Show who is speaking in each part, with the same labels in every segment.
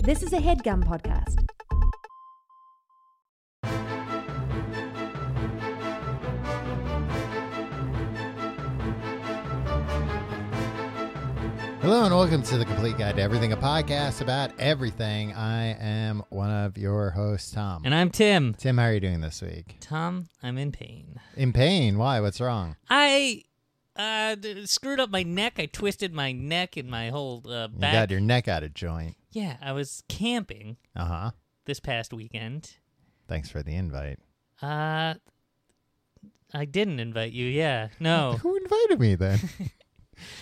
Speaker 1: This is a headgum podcast.
Speaker 2: Hello and welcome to the Complete Guide to Everything, a podcast about everything. I am one of your hosts, Tom.
Speaker 3: And I'm Tim.
Speaker 2: Tim, how are you doing this week?
Speaker 3: Tom, I'm in pain.
Speaker 2: In pain? Why? What's wrong?
Speaker 3: I uh, d- screwed up my neck. I twisted my neck and my whole uh,
Speaker 2: You
Speaker 3: back.
Speaker 2: got your neck out of joint.
Speaker 3: yeah, I was camping
Speaker 2: Uh huh.
Speaker 3: this past weekend.
Speaker 2: Thanks for the invite.
Speaker 3: Uh, I didn't invite you. Yeah, no.
Speaker 2: Who invited me then?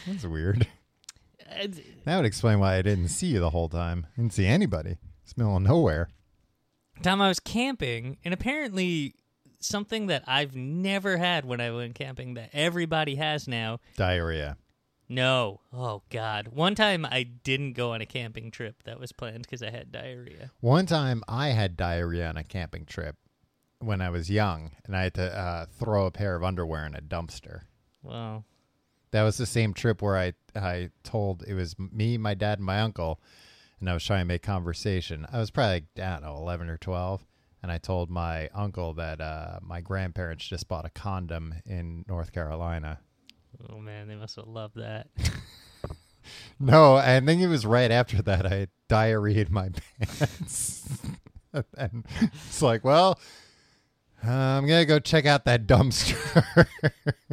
Speaker 2: That's weird.
Speaker 3: Uh,
Speaker 2: That would explain why I didn't see you the whole time. Didn't see anybody. It's middle of nowhere.
Speaker 3: Tom, I was camping, and apparently something that I've never had when I went camping that everybody has now.
Speaker 2: Diarrhea.
Speaker 3: No. Oh, God. One time I didn't go on a camping trip that was planned because I had diarrhea.
Speaker 2: One time I had diarrhea on a camping trip when I was young, and I had to uh, throw a pair of underwear in a dumpster.
Speaker 3: Well,
Speaker 2: That was the same trip where I I told it was me, my dad, and my uncle, and I was trying to make conversation. I was probably like, I don't know, eleven or twelve, and I told my uncle that uh, my grandparents just bought a condom in North Carolina.
Speaker 3: Oh man, they must have loved that.
Speaker 2: No, I think it was right after that I diarrheaed my pants. and it's like, well, uh, I'm gonna go check out that dumpster.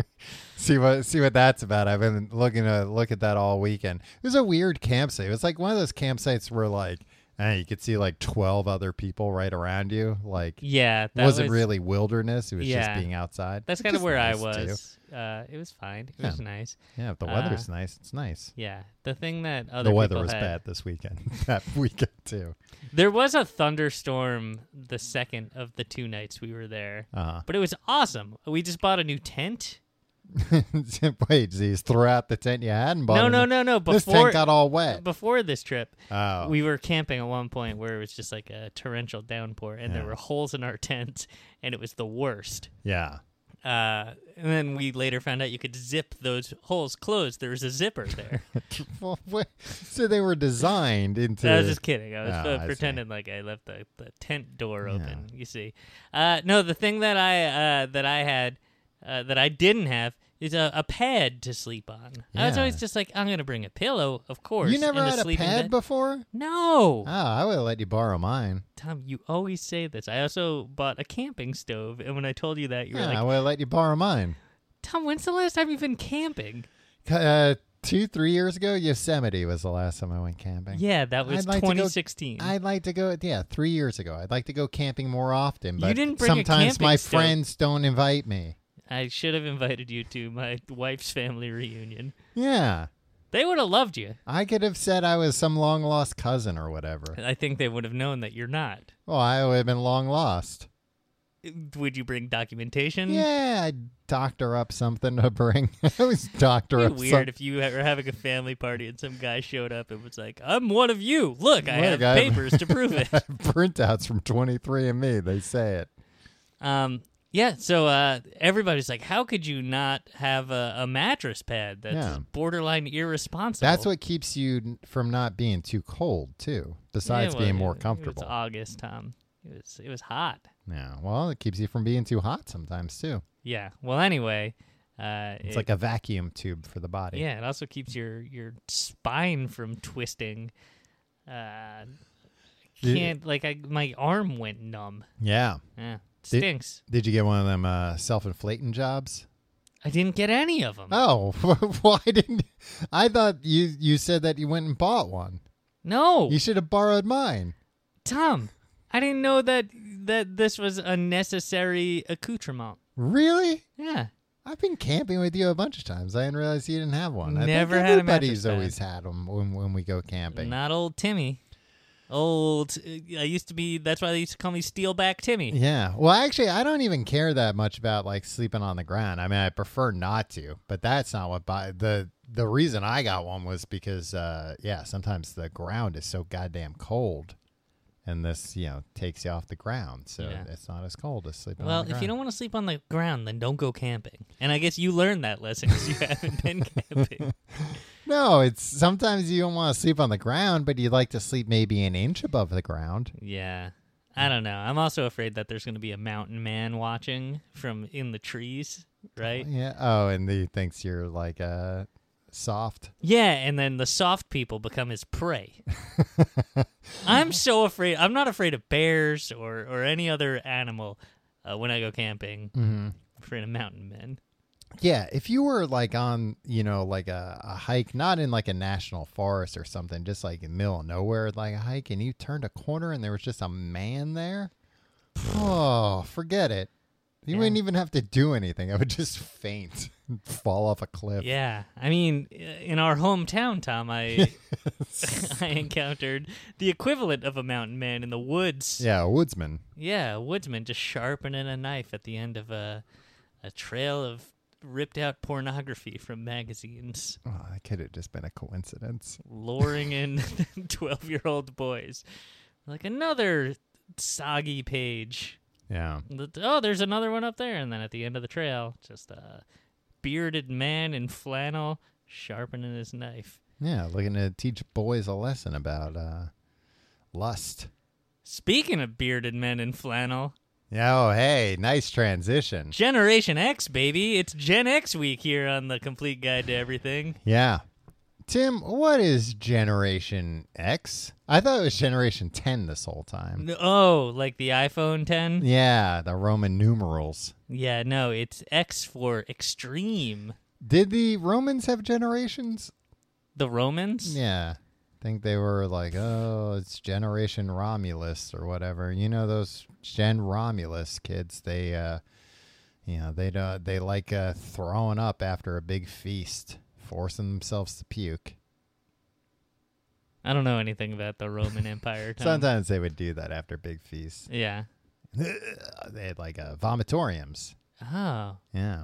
Speaker 2: see what see what that's about. I've been looking to look at that all weekend. It was a weird campsite. It was like one of those campsites where like eh, you could see like twelve other people right around you. Like
Speaker 3: Yeah,
Speaker 2: it
Speaker 3: that
Speaker 2: wasn't
Speaker 3: was-
Speaker 2: really wilderness. It was
Speaker 3: Yeah.
Speaker 2: just being outside.
Speaker 3: That's
Speaker 2: which
Speaker 3: kind of
Speaker 2: is
Speaker 3: where I
Speaker 2: nice, too.
Speaker 3: was. Uh, it was fine. It
Speaker 2: Yeah.
Speaker 3: was nice.
Speaker 2: Yeah, if the
Speaker 3: Uh,
Speaker 2: weather's nice, it's nice.
Speaker 3: Yeah, the thing that other
Speaker 2: the weather
Speaker 3: people
Speaker 2: was
Speaker 3: had-
Speaker 2: bad this weekend. that weekend too.
Speaker 3: There was a thunderstorm the second of the two nights we were there,
Speaker 2: Uh-huh.
Speaker 3: but it was awesome. We just bought a new tent.
Speaker 2: Wait, Z's, throw out the tent you had and bought
Speaker 3: no,
Speaker 2: a
Speaker 3: no,
Speaker 2: new-
Speaker 3: no, no. Before
Speaker 2: This tent got all wet.
Speaker 3: before this trip,
Speaker 2: Oh,
Speaker 3: we were camping at one point where it was just like a torrential downpour, and there
Speaker 2: Yeah.
Speaker 3: were holes in our tent, and it was the worst.
Speaker 2: yeah.
Speaker 3: Uh, and then we later found out you could zip those holes closed. There was a zipper there.
Speaker 2: Well, wait, so they were designed into.
Speaker 3: I was just kidding. I was
Speaker 2: Oh, I
Speaker 3: uh,
Speaker 2: see.
Speaker 3: pretending like I left the, the tent door
Speaker 2: Yeah.
Speaker 3: open. You see, uh, no, the thing that I uh, that I had uh, that I didn't have is a, a pad to sleep on. I was
Speaker 2: Yeah.
Speaker 3: always just like, I'm gonna bring a pillow, of course.
Speaker 2: you never
Speaker 3: and
Speaker 2: had a
Speaker 3: sleeping
Speaker 2: pad
Speaker 3: bag."
Speaker 2: before?
Speaker 3: No,
Speaker 2: Oh, I would have let you borrow mine.
Speaker 3: Tom, you always say this. I also bought a camping stove, and when I told you that, you were
Speaker 2: Yeah, I
Speaker 3: like,
Speaker 2: would have let you borrow mine.
Speaker 3: Tom, when's the last time you've been camping?
Speaker 2: C- Uh, two, three years ago, Yosemite was the last time I went camping.
Speaker 3: Yeah, that was
Speaker 2: I'd like to go-
Speaker 3: 2016.
Speaker 2: I'd like to go. Yeah, three years ago. I'd like to go camping more often,
Speaker 3: You
Speaker 2: but
Speaker 3: didn't bring a
Speaker 2: sometimes
Speaker 3: camping
Speaker 2: my
Speaker 3: stove.
Speaker 2: friends don't invite me.
Speaker 3: I should have invited you to my wife's family reunion.
Speaker 2: Yeah,
Speaker 3: They would have loved you.
Speaker 2: I could have said I was some long lost cousin or whatever.
Speaker 3: I think they would have known that you're not.
Speaker 2: Well, I would have been long lost.
Speaker 3: Would you bring documentation?
Speaker 2: Yeah, I doctor up something to bring. I always doctor
Speaker 3: It'd
Speaker 2: up
Speaker 3: be
Speaker 2: some-
Speaker 3: weird if you were having a family party and some guy showed up and was like, "I'm one of you. Look, I
Speaker 2: Look,
Speaker 3: have
Speaker 2: I'm-
Speaker 3: papers to prove it."
Speaker 2: printouts from 23andMe. They say it.
Speaker 3: Um, yeah. So uh, everybody's like, "How could you not have a, a mattress pad that's
Speaker 2: Yeah.
Speaker 3: borderline irresponsible?"
Speaker 2: That's what keeps you n- from not being too cold, too,
Speaker 3: Yeah,
Speaker 2: besides
Speaker 3: well,
Speaker 2: being more
Speaker 3: it-
Speaker 2: comfortable.
Speaker 3: It was August, Tom. It was it was hot.
Speaker 2: yeah, well, it keeps you from being too hot sometimes, too.
Speaker 3: Yeah. Well, anyway, uh,
Speaker 2: It's
Speaker 3: it-
Speaker 2: like a vacuum tube for the body.
Speaker 3: Yeah, it also keeps your your spine from twisting. Uh, I
Speaker 2: Did-
Speaker 3: can't like I my arm went numb.
Speaker 2: Yeah.
Speaker 3: Yeah,
Speaker 2: Did-
Speaker 3: stinks.
Speaker 2: Did you get one of them uh, self inflating jobs?
Speaker 3: I didn't get any of them.
Speaker 2: Oh, why didn't I thought you you said that you went and bought one.
Speaker 3: no,
Speaker 2: You should have borrowed mine.
Speaker 3: Tom, I didn't know that that this was a necessary accoutrement.
Speaker 2: Really?
Speaker 3: Yeah,
Speaker 2: I've been camping with you a bunch of times. I didn't realize you didn't have one.
Speaker 3: Never
Speaker 2: I think
Speaker 3: had a
Speaker 2: everybody's
Speaker 3: mattress pad.
Speaker 2: always had them when, when we go camping.
Speaker 3: not old Timmy. Old, uh, I used to be. That's why they used to call me Steelback Timmy.
Speaker 2: Yeah. Well, actually, I don't even care that much about like sleeping on the ground. I mean, I prefer not to, but that's not what by the the reason I got one was because uh yeah, sometimes the ground is so goddamn cold. And this, you know, takes you off the ground, so
Speaker 3: Yeah.
Speaker 2: it's not as cold as sleeping.
Speaker 3: Well,
Speaker 2: on the
Speaker 3: if you don't
Speaker 2: ground.
Speaker 3: want to sleep on the ground, then don't go camping. And I guess you learned that lesson because you haven't been camping.
Speaker 2: No, it's sometimes you don't want to sleep on the ground, but you'd like to sleep maybe an inch above the ground.
Speaker 3: Yeah. I don't know. I'm also afraid that there's going to be a mountain man watching from in the trees, right?
Speaker 2: Yeah. Oh, and he thinks you're like uh, soft.
Speaker 3: Yeah, and then the soft people become his prey. I'm so afraid. I'm not afraid of bears or, or any other animal uh, when I go camping. I'm afraid of mountain men.
Speaker 2: Yeah, if you were like on, you know, like a, a hike, not in like a national forest or something, just like in middle of nowhere, like a hike, and you turned a corner and there was just a man there. Oh, forget it. You
Speaker 3: Yeah.
Speaker 2: wouldn't even have to do anything. I would just faint and fall off a cliff.
Speaker 3: Yeah, I mean, i- in our hometown, Tom, I I encountered the equivalent of a mountain man in the woods.
Speaker 2: Yeah, a woodsman.
Speaker 3: Yeah, a woodsman just sharpening a knife at the end of a a trail of ripped out pornography from magazines,
Speaker 2: Oh, that could have just been a coincidence.
Speaker 3: luring in twelve year old boys. Like another soggy page.
Speaker 2: Yeah.
Speaker 3: Th- Oh, there's another one up there, and then at the end of the trail, just a bearded man in flannel sharpening his knife.
Speaker 2: Yeah, looking to teach boys a lesson about uh, lust.
Speaker 3: Speaking of bearded men in flannel,
Speaker 2: Yeah, Oh, hey, nice transition.
Speaker 3: Generation X, baby. It's Gen X week here on the Complete Guide to Everything.
Speaker 2: Yeah. Tim, what is Generation X? I thought it was Generation 10 this whole time.
Speaker 3: N- Oh, like the iPhone 10?
Speaker 2: Yeah, the Roman numerals.
Speaker 3: Yeah, no, it's X for extreme.
Speaker 2: Did the Romans have generations?
Speaker 3: The Romans?
Speaker 2: Yeah. I think they were like, oh, it's Generation Romulus or whatever. You know, those Gen Romulus kids, they, uh, you know, they, uh, they like uh, throwing up after a big feast, forcing themselves to puke.
Speaker 3: I don't know anything about the Roman Empire. Tom.
Speaker 2: Sometimes they would do that after big feasts.
Speaker 3: Yeah.
Speaker 2: they had like uh, vomitoriums.
Speaker 3: Oh.
Speaker 2: Yeah.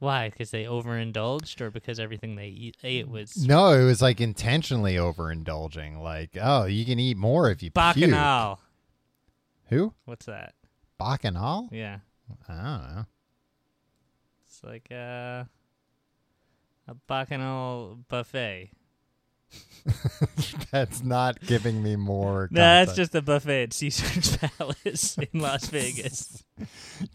Speaker 3: Why? Because they overindulged or because everything they eat, ate was.
Speaker 2: No, it was like intentionally overindulging. Like, oh, you can eat more if you puke.
Speaker 3: Bacchanal.
Speaker 2: Who?
Speaker 3: What's that?
Speaker 2: Bacchanal?
Speaker 3: Yeah.
Speaker 2: I don't know.
Speaker 3: It's like uh, a bacchanal buffet.
Speaker 2: That's not giving me more.
Speaker 3: No, that's
Speaker 2: context.
Speaker 3: just a buffet at Caesar's Palace in Las Vegas.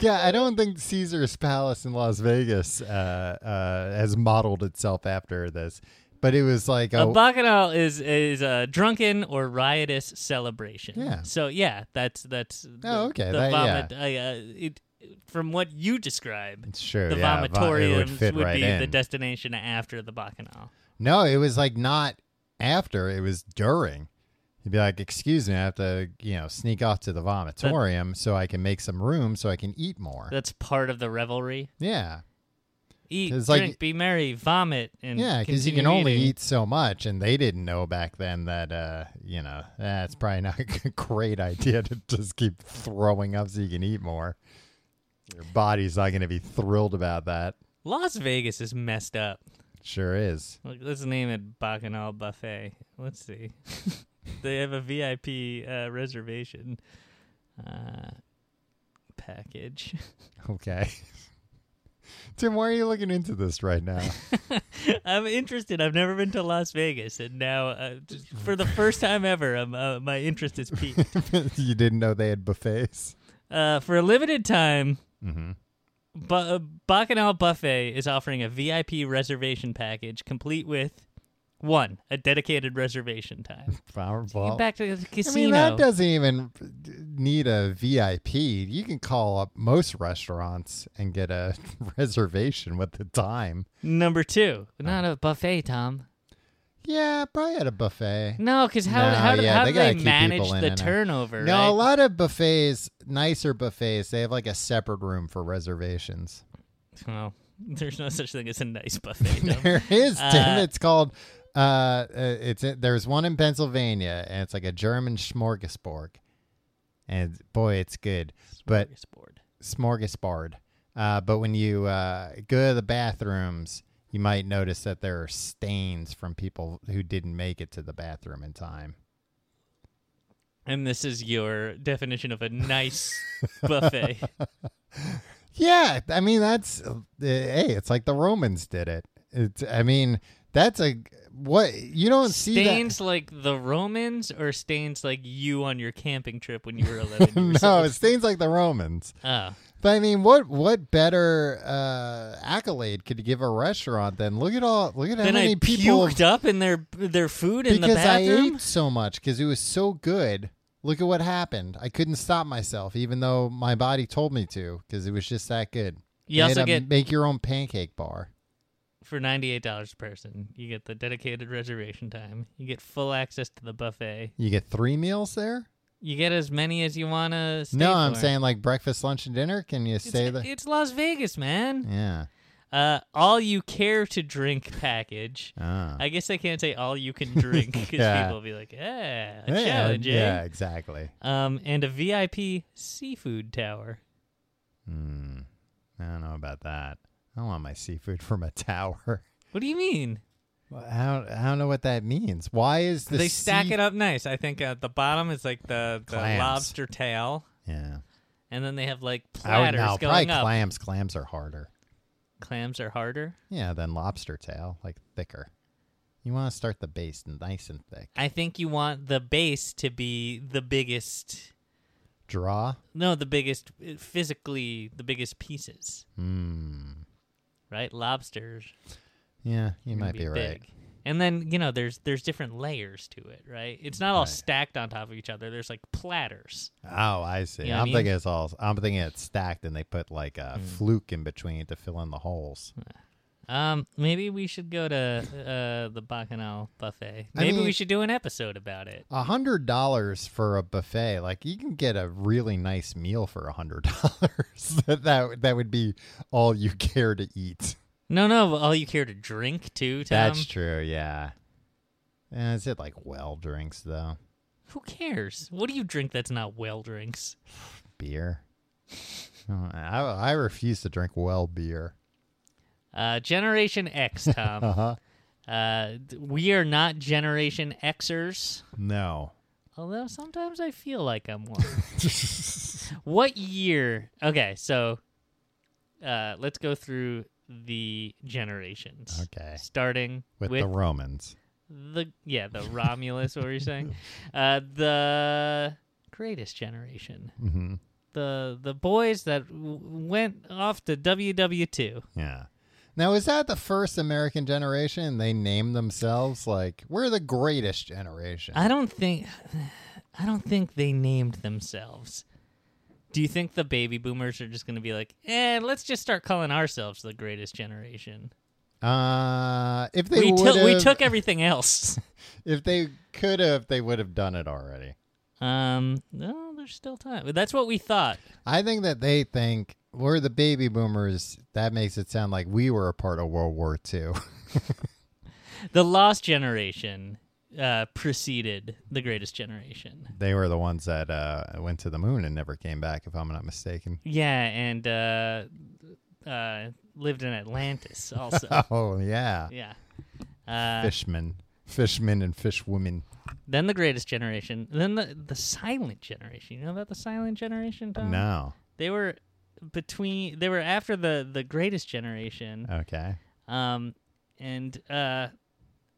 Speaker 2: yeah. I don't think Caesar's Palace in Las Vegas uh, uh, has modeled itself after this, but it was like
Speaker 3: A
Speaker 2: oh,
Speaker 3: bacchanal is is a drunken or riotous celebration.
Speaker 2: Yeah.
Speaker 3: So yeah, that's that's.
Speaker 2: Oh, okay,
Speaker 3: The
Speaker 2: that-
Speaker 3: vomit. I, uh, it, from what you describe,
Speaker 2: sure,
Speaker 3: the
Speaker 2: yeah, vom- it
Speaker 3: vomitoriums
Speaker 2: would fit right
Speaker 3: be
Speaker 2: in.
Speaker 3: the destination after the bacchanal.
Speaker 2: No, it was like not after, it was during. He'd be like, Excuse me, I have to, you know, sneak off to the vomitorium so I can make some room so I can eat more.
Speaker 3: That's part of the revelry.
Speaker 2: yeah.
Speaker 3: Eat,
Speaker 2: 'Cause,
Speaker 3: drink,
Speaker 2: like,
Speaker 3: be merry, vomit, and
Speaker 2: Yeah, because you
Speaker 3: continue
Speaker 2: can only
Speaker 3: eating.
Speaker 2: eat so much. And they didn't know back then that, uh, you know, that's probably not a great idea to just keep throwing up so you can eat more. Your body's not going to be thrilled about that.
Speaker 3: Las Vegas is messed up.
Speaker 2: Sure is.
Speaker 3: Look, let's name it Bacchanal Buffet. Let's see. they have a VIP uh, reservation uh, package.
Speaker 2: Okay. Tim, why are you looking into this right now?
Speaker 3: I'm interested. I've never been to Las Vegas, and now, uh, just for the first time ever, i uh, my interest is piqued.
Speaker 2: you didn't know they had buffets.
Speaker 3: Uh, for a limited time,
Speaker 2: Mm-hmm.
Speaker 3: Bu- uh, Bacchanal Buffet is offering a VIP reservation package complete with one, a dedicated reservation time. Get back to the
Speaker 2: I
Speaker 3: casino.
Speaker 2: mean, that doesn't even need a VIP. You can call up most restaurants and get a reservation with the time.
Speaker 3: Number two, not a buffet, Tom.
Speaker 2: Yeah, probably at a buffet.
Speaker 3: No, because how,
Speaker 2: No,
Speaker 3: how, do-
Speaker 2: yeah,
Speaker 3: how
Speaker 2: they
Speaker 3: do they
Speaker 2: gotta keep
Speaker 3: manage
Speaker 2: people in
Speaker 3: the
Speaker 2: and out.
Speaker 3: turnover?
Speaker 2: No,
Speaker 3: right?
Speaker 2: a lot of buffets, nicer buffets, they have like a separate room for reservations.
Speaker 3: Well, there's no such thing as a nice buffet. Tom.
Speaker 2: There is, Tim.
Speaker 3: Uh,
Speaker 2: it's called. Uh, uh, it's there's one in Pennsylvania, and it's like a German smorgasbord, and boy, it's good. But
Speaker 3: Smorgasbord.
Speaker 2: smorgasbord. Uh, but when you uh, go to the bathrooms, you might notice that there are stains from people who didn't make it to the bathroom in time.
Speaker 3: and this is your definition of a nice buffet.
Speaker 2: Yeah, I mean that's uh, hey, it's like the Romans did it. It's I mean That's a what you don't see
Speaker 3: Stains like the Romans or stains like you on your camping trip when you were 11
Speaker 2: that.
Speaker 3: years
Speaker 2: No,
Speaker 3: old?
Speaker 2: it stains like the Romans.
Speaker 3: Oh,
Speaker 2: But I mean, what what better uh, accolade could you give a restaurant than look at all look at how
Speaker 3: then
Speaker 2: many
Speaker 3: I
Speaker 2: people
Speaker 3: puked up in their their food in the
Speaker 2: because I
Speaker 3: bathroom.
Speaker 2: ate so much because it was so good. Look at what happened. I couldn't stop myself, even though my body told me to, because it was just that good.
Speaker 3: You
Speaker 2: They
Speaker 3: also
Speaker 2: had a
Speaker 3: get
Speaker 2: make your own pancake bar.
Speaker 3: for ninety eight dollars a person. You get the dedicated reservation time. You get full access to the buffet.
Speaker 2: You get three meals there.
Speaker 3: You get as many as you want to.
Speaker 2: no, I'm saying like breakfast, lunch, and dinner. Can you
Speaker 3: it's,
Speaker 2: say that?
Speaker 3: it's Las Vegas, man.
Speaker 2: yeah.
Speaker 3: Uh, all you care to drink package.
Speaker 2: Ah.
Speaker 3: I guess I can't say all you can drink because
Speaker 2: Yeah.
Speaker 3: people will be like, "Yeah, a
Speaker 2: yeah,
Speaker 3: challenge, eh?"
Speaker 2: yeah, exactly.
Speaker 3: Um, and a VIP seafood tower.
Speaker 2: Hmm. I don't know about that. I don't want my seafood from a tower.
Speaker 3: What do you mean?
Speaker 2: Well, I don't, I don't know what that means. Why is the
Speaker 3: they stack
Speaker 2: sea-
Speaker 3: it up nice. I think at the bottom is like the, the
Speaker 2: Clams.
Speaker 3: lobster tail,
Speaker 2: Yeah.
Speaker 3: and then they have like
Speaker 2: I would
Speaker 3: platters
Speaker 2: know. Probably
Speaker 3: going up.
Speaker 2: clams. Clams are harder.
Speaker 3: Clams are harder.
Speaker 2: Yeah, than lobster tail, like thicker. You want to start the base nice and thick.
Speaker 3: I think you want the base to be the biggest.
Speaker 2: Draw.
Speaker 3: No, the biggest uh, physically, the biggest pieces.
Speaker 2: Hmm.
Speaker 3: Right, lobsters.
Speaker 2: Yeah, you
Speaker 3: gonna
Speaker 2: might be right.
Speaker 3: big. And then you know, there's there's different layers to it, right? It's not all
Speaker 2: Right.
Speaker 3: stacked on top of each other. There's like platters.
Speaker 2: Oh, I see.
Speaker 3: You know what I
Speaker 2: I'm
Speaker 3: mean? Hmm.
Speaker 2: thinking it's all. I'm thinking it's stacked, and they put like a fluke in between to fill in the holes.
Speaker 3: Um, maybe we should go to uh, the Bacchanal buffet.
Speaker 2: I
Speaker 3: Maybe we
Speaker 2: mean-
Speaker 3: should do an episode about it.
Speaker 2: A hundred dollars for a buffet, like you can get a really nice meal for a hundred dollars. that, that that would be all you care to eat.
Speaker 3: No, no, all you care to drink too, Tom.
Speaker 2: That's true. Yeah. Yeah, is it like well drinks though?
Speaker 3: Who cares? What do you drink that's not well drinks?
Speaker 2: beer. Oh, I, I refuse to drink well beer.
Speaker 3: Uh, Generation X, Tom.
Speaker 2: huh.
Speaker 3: uh, d- we are not Generation Xers,
Speaker 2: No.
Speaker 3: although sometimes I feel like I'm one. What year? Okay, so uh, let's go through the generations.
Speaker 2: Okay.
Speaker 3: Starting
Speaker 2: With, the Romans.
Speaker 3: the yeah the Romulus. what were you saying? Uh, the greatest generation.
Speaker 2: hmm
Speaker 3: The the boys that w- went off to WW two.
Speaker 2: Yeah. Now, is that the first American generation? They named themselves like, we're the greatest generation.
Speaker 3: I don't think I don't think they named themselves. Do you think the baby boomers are just going to be like, eh, let's just start calling ourselves the greatest generation?
Speaker 2: uh, if they
Speaker 3: We,
Speaker 2: would
Speaker 3: took we
Speaker 2: have-
Speaker 3: took everything else.
Speaker 2: if they could have, they would have done it already.
Speaker 3: Um, no, there's still time. But That's what we thought.
Speaker 2: I think that they think we're the baby boomers. That makes it sound like we were a part of World War II.
Speaker 3: The Lost Generation uh, preceded the Greatest Generation.
Speaker 2: They were the ones that uh, went to the moon and never came back, if I'm not mistaken.
Speaker 3: Yeah, and uh, uh, lived in Atlantis also.
Speaker 2: Oh yeah,
Speaker 3: yeah. Uh,
Speaker 2: fishmen, fishmen, and fishwomen.
Speaker 3: then the Greatest Generation. Then the the Silent Generation. You know about the Silent Generation, Tom?
Speaker 2: no,
Speaker 3: They were between. They were after the the Greatest Generation.
Speaker 2: okay.
Speaker 3: Um, and uh,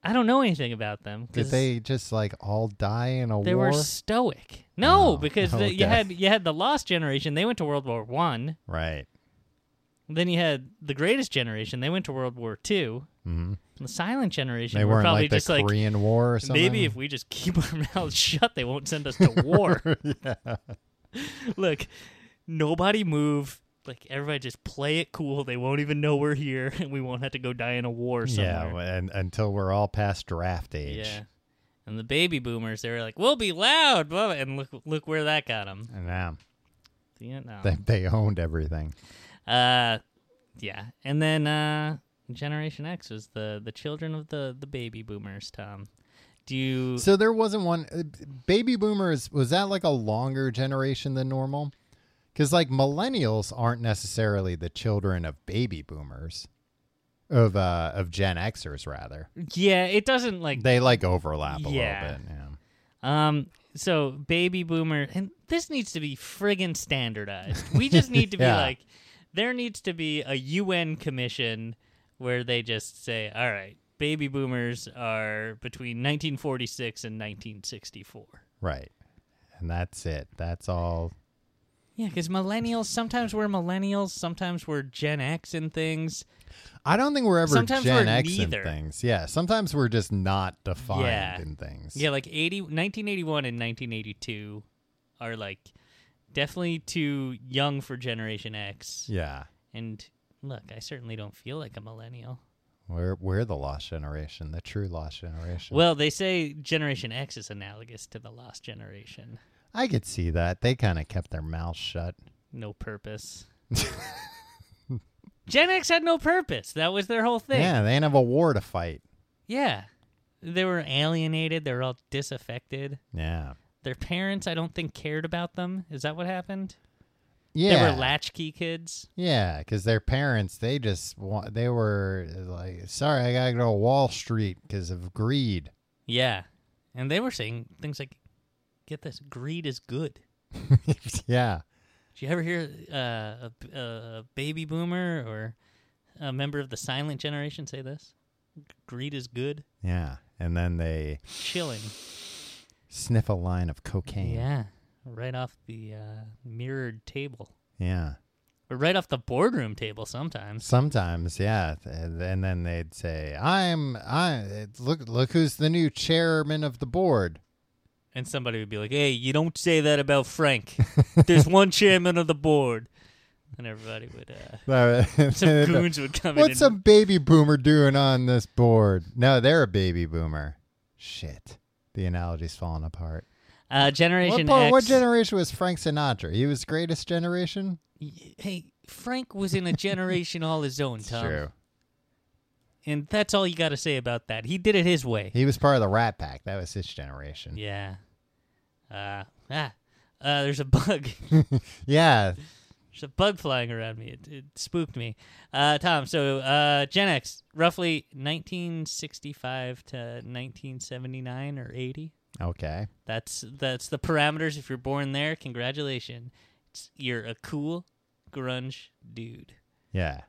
Speaker 3: I don't know anything about them.
Speaker 2: Did
Speaker 3: 'cause-
Speaker 2: they just like all die in a
Speaker 3: They
Speaker 2: war?
Speaker 3: were stoic. No,
Speaker 2: Oh,
Speaker 3: because the,
Speaker 2: okay.
Speaker 3: you had you had the lost generation. They went to World War One.
Speaker 2: right.
Speaker 3: Then you had the greatest generation. They went to World War Two.
Speaker 2: Mm-hmm.
Speaker 3: And the silent generation
Speaker 2: They
Speaker 3: were
Speaker 2: weren't
Speaker 3: probably
Speaker 2: like the
Speaker 3: just like
Speaker 2: Korean War or something.
Speaker 3: maybe if we just keep our mouths shut, they won't send us to war.
Speaker 2: yeah.
Speaker 3: Look, nobody move. Like everybody just play it cool. They won't even know we're here, and we won't have to go die in a war
Speaker 2: yeah,
Speaker 3: somewhere.
Speaker 2: well, and until we're all past draft age.
Speaker 3: yeah. And the baby boomers, they were like, "We'll be loud," blah, blah, and look, look where that got them.
Speaker 2: And now
Speaker 3: Vietnam.
Speaker 2: they, they owned everything.
Speaker 3: Uh, yeah, and then uh, Generation X was the the children of the the baby boomers. Tom, do you?
Speaker 2: So there wasn't one. uh, Baby boomers was that like a longer generation than normal? Because like millennials aren't necessarily the children of baby boomers, of uh of Gen Xers rather.
Speaker 3: yeah, it doesn't like
Speaker 2: They like overlap a
Speaker 3: Yeah.
Speaker 2: little bit. Yeah.
Speaker 3: um. So baby boomer, and this needs to be friggin' standardized. We just need to
Speaker 2: Yeah.
Speaker 3: be like, there needs to be a UN commission where they just say, all right. baby boomers are between 1946 and 1964.
Speaker 2: Right. And that's it. That's all.
Speaker 3: Yeah, because millennials, sometimes we're millennials, sometimes we're Gen X and things.
Speaker 2: I don't think we're ever
Speaker 3: Sometimes
Speaker 2: Gen
Speaker 3: we're
Speaker 2: X
Speaker 3: neither.
Speaker 2: in things. Yeah. Sometimes we're just not defined
Speaker 3: Yeah.
Speaker 2: in things.
Speaker 3: Yeah, like 80, 1981 and 1982 are like definitely too young for Generation X.
Speaker 2: Yeah.
Speaker 3: And look, I certainly don't feel like a millennial.
Speaker 2: We're we're the lost generation, the true lost generation.
Speaker 3: Well, they say Generation X is analogous to the Lost Generation.
Speaker 2: I could see that. They kind of kept their mouths shut.
Speaker 3: No purpose. Gen X had no purpose. That was their whole thing.
Speaker 2: Yeah, they didn't have a war to fight.
Speaker 3: Yeah. They were alienated. They were all disaffected.
Speaker 2: Yeah.
Speaker 3: Their parents, I don't think, cared about them. Is that what happened?
Speaker 2: Yeah.
Speaker 3: They were latchkey kids.
Speaker 2: Yeah, because their parents, they just wa- they were like, "Sorry, I gotta go to Wall Street because of greed."
Speaker 3: Yeah. And they were saying things like, get this, greed is good.
Speaker 2: yeah,
Speaker 3: Did you ever hear uh, a, a baby boomer or a member of the silent generation say this? Greed is good.
Speaker 2: yeah. And then they
Speaker 3: Chilling.
Speaker 2: sniff a line of cocaine.
Speaker 3: Yeah. Right off the uh, mirrored table.
Speaker 2: Yeah.
Speaker 3: Or right off the boardroom table sometimes.
Speaker 2: Sometimes, yeah. And and then they'd say, "I'm I look look who's the new chairman of the board."
Speaker 3: And somebody would be like, hey, you don't say that about Frank. There's one chairman of the board. And everybody would, uh, some goons would come
Speaker 2: What's
Speaker 3: in.
Speaker 2: a
Speaker 3: and-
Speaker 2: baby boomer doing on this board? No, they're a baby boomer. Shit. The analogy's falling apart.
Speaker 3: Uh,
Speaker 2: What,
Speaker 3: Generation
Speaker 2: part-
Speaker 3: X.
Speaker 2: what generation was Frank Sinatra? He was greatest generation?
Speaker 3: Y- Hey, Frank was in a generation all his own, Tom.
Speaker 2: True.
Speaker 3: And that's all you got to say about that. He did it his way.
Speaker 2: He was part of the Rat Pack. That was his generation.
Speaker 3: Yeah. Uh, ah, uh, there's a bug.
Speaker 2: Yeah.
Speaker 3: there's a bug flying around me. It, it spooked me. Uh, Tom, so uh, Gen X, roughly 1965 to 1979 or 80.
Speaker 2: Okay.
Speaker 3: That's that's the parameters. If you're born there, congratulations. It's, you're a cool grunge dude,
Speaker 2: Yeah.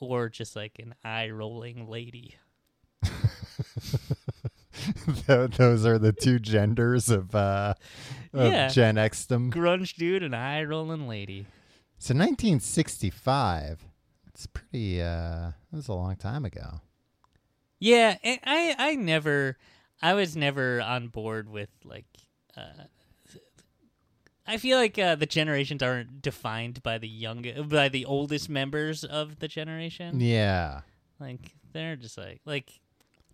Speaker 3: or just like an eye rolling lady.
Speaker 2: Th- Those are the two genders of, uh, of
Speaker 3: Yeah.
Speaker 2: Gen Xdom.
Speaker 3: grunge dude and eye rolling lady.
Speaker 2: So 1965. It's pretty. Uh, that was a long time ago.
Speaker 3: Yeah, and I I never I was never on board with like uh I feel like uh, the generations aren't defined by the youngest by the oldest members of the generation.
Speaker 2: Yeah.
Speaker 3: Like they're just like like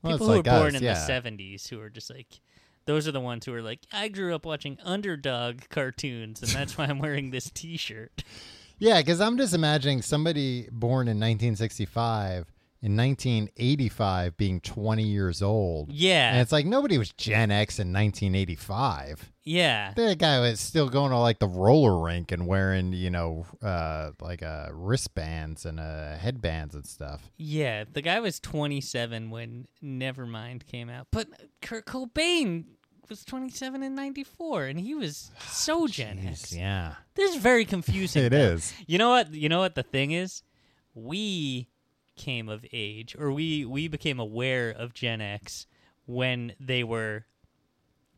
Speaker 2: Well,
Speaker 3: people
Speaker 2: it's
Speaker 3: who
Speaker 2: like
Speaker 3: were born
Speaker 2: us,
Speaker 3: in
Speaker 2: yeah.
Speaker 3: the 70s who are just like those are the ones who are like I grew up watching underdog cartoons and that's why I'm wearing this t-shirt.
Speaker 2: Yeah, because I'm just imagining somebody born in 1965 in 1985 being 20 years old. And
Speaker 3: Yeah.
Speaker 2: it's like nobody was Gen X in 1985.
Speaker 3: Yeah.
Speaker 2: That guy was still going to like the roller rink and wearing, you know, uh, like uh, wristbands and uh, headbands and stuff.
Speaker 3: Yeah, the guy was 27 when Nevermind came out, but Kurt Cobain was 27 in '94, and he was so Gen X.
Speaker 2: Oh, yeah,
Speaker 3: This is very confusing.
Speaker 2: it
Speaker 3: though.
Speaker 2: is.
Speaker 3: You know what? You know what the thing is? We came of age, or we we became aware of Gen X when they were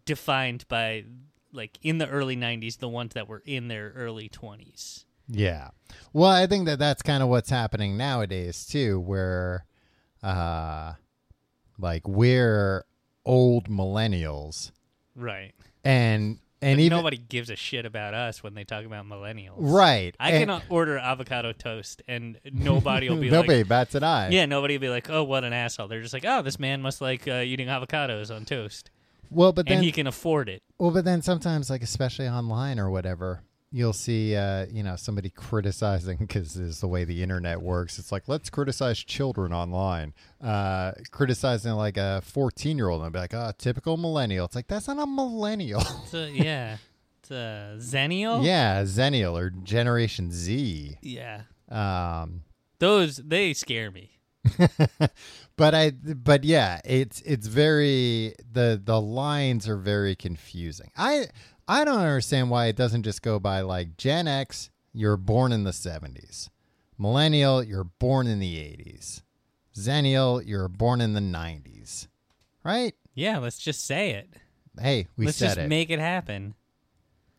Speaker 3: defined by like in the early 90s the ones that were in their early 20s
Speaker 2: Yeah. Well, I think that that's kind of what's happening nowadays too, where, uh, like we're old millennials,
Speaker 3: right
Speaker 2: and and even
Speaker 3: nobody gives a shit about us when they talk about millennials
Speaker 2: right,
Speaker 3: I
Speaker 2: and
Speaker 3: can order avocado toast, and nobody will be
Speaker 2: nobody
Speaker 3: like,
Speaker 2: bats an eye.
Speaker 3: yeah, nobody will be like, oh, what an asshole. They're just like, oh, this man must like uh, eating avocados on toast,
Speaker 2: Well, but
Speaker 3: and
Speaker 2: then
Speaker 3: he can afford it.
Speaker 2: Well, but then sometimes, like especially online or whatever, you'll see, uh, you know, somebody criticizing because is the way the internet works. It's like let's criticize children online, uh, criticizing like a fourteen-year-old, and be like, "Ah, typical millennial." It's like that's not a millennial.
Speaker 3: So yeah, it's uh, Zennial.
Speaker 2: yeah, Zennial or Generation Z.
Speaker 3: yeah,
Speaker 2: Um,
Speaker 3: those they scare me.
Speaker 2: but I, but yeah, it's it's very the the lines are very confusing. I I don't understand why it doesn't just go by like Gen X, you're born in the seventies, millennial, you're born in the eighties, Zaniel, you were born in the 90s, right?
Speaker 3: Yeah, let's just say it.
Speaker 2: Hey, we
Speaker 3: let's
Speaker 2: said
Speaker 3: just
Speaker 2: it.
Speaker 3: make it happen.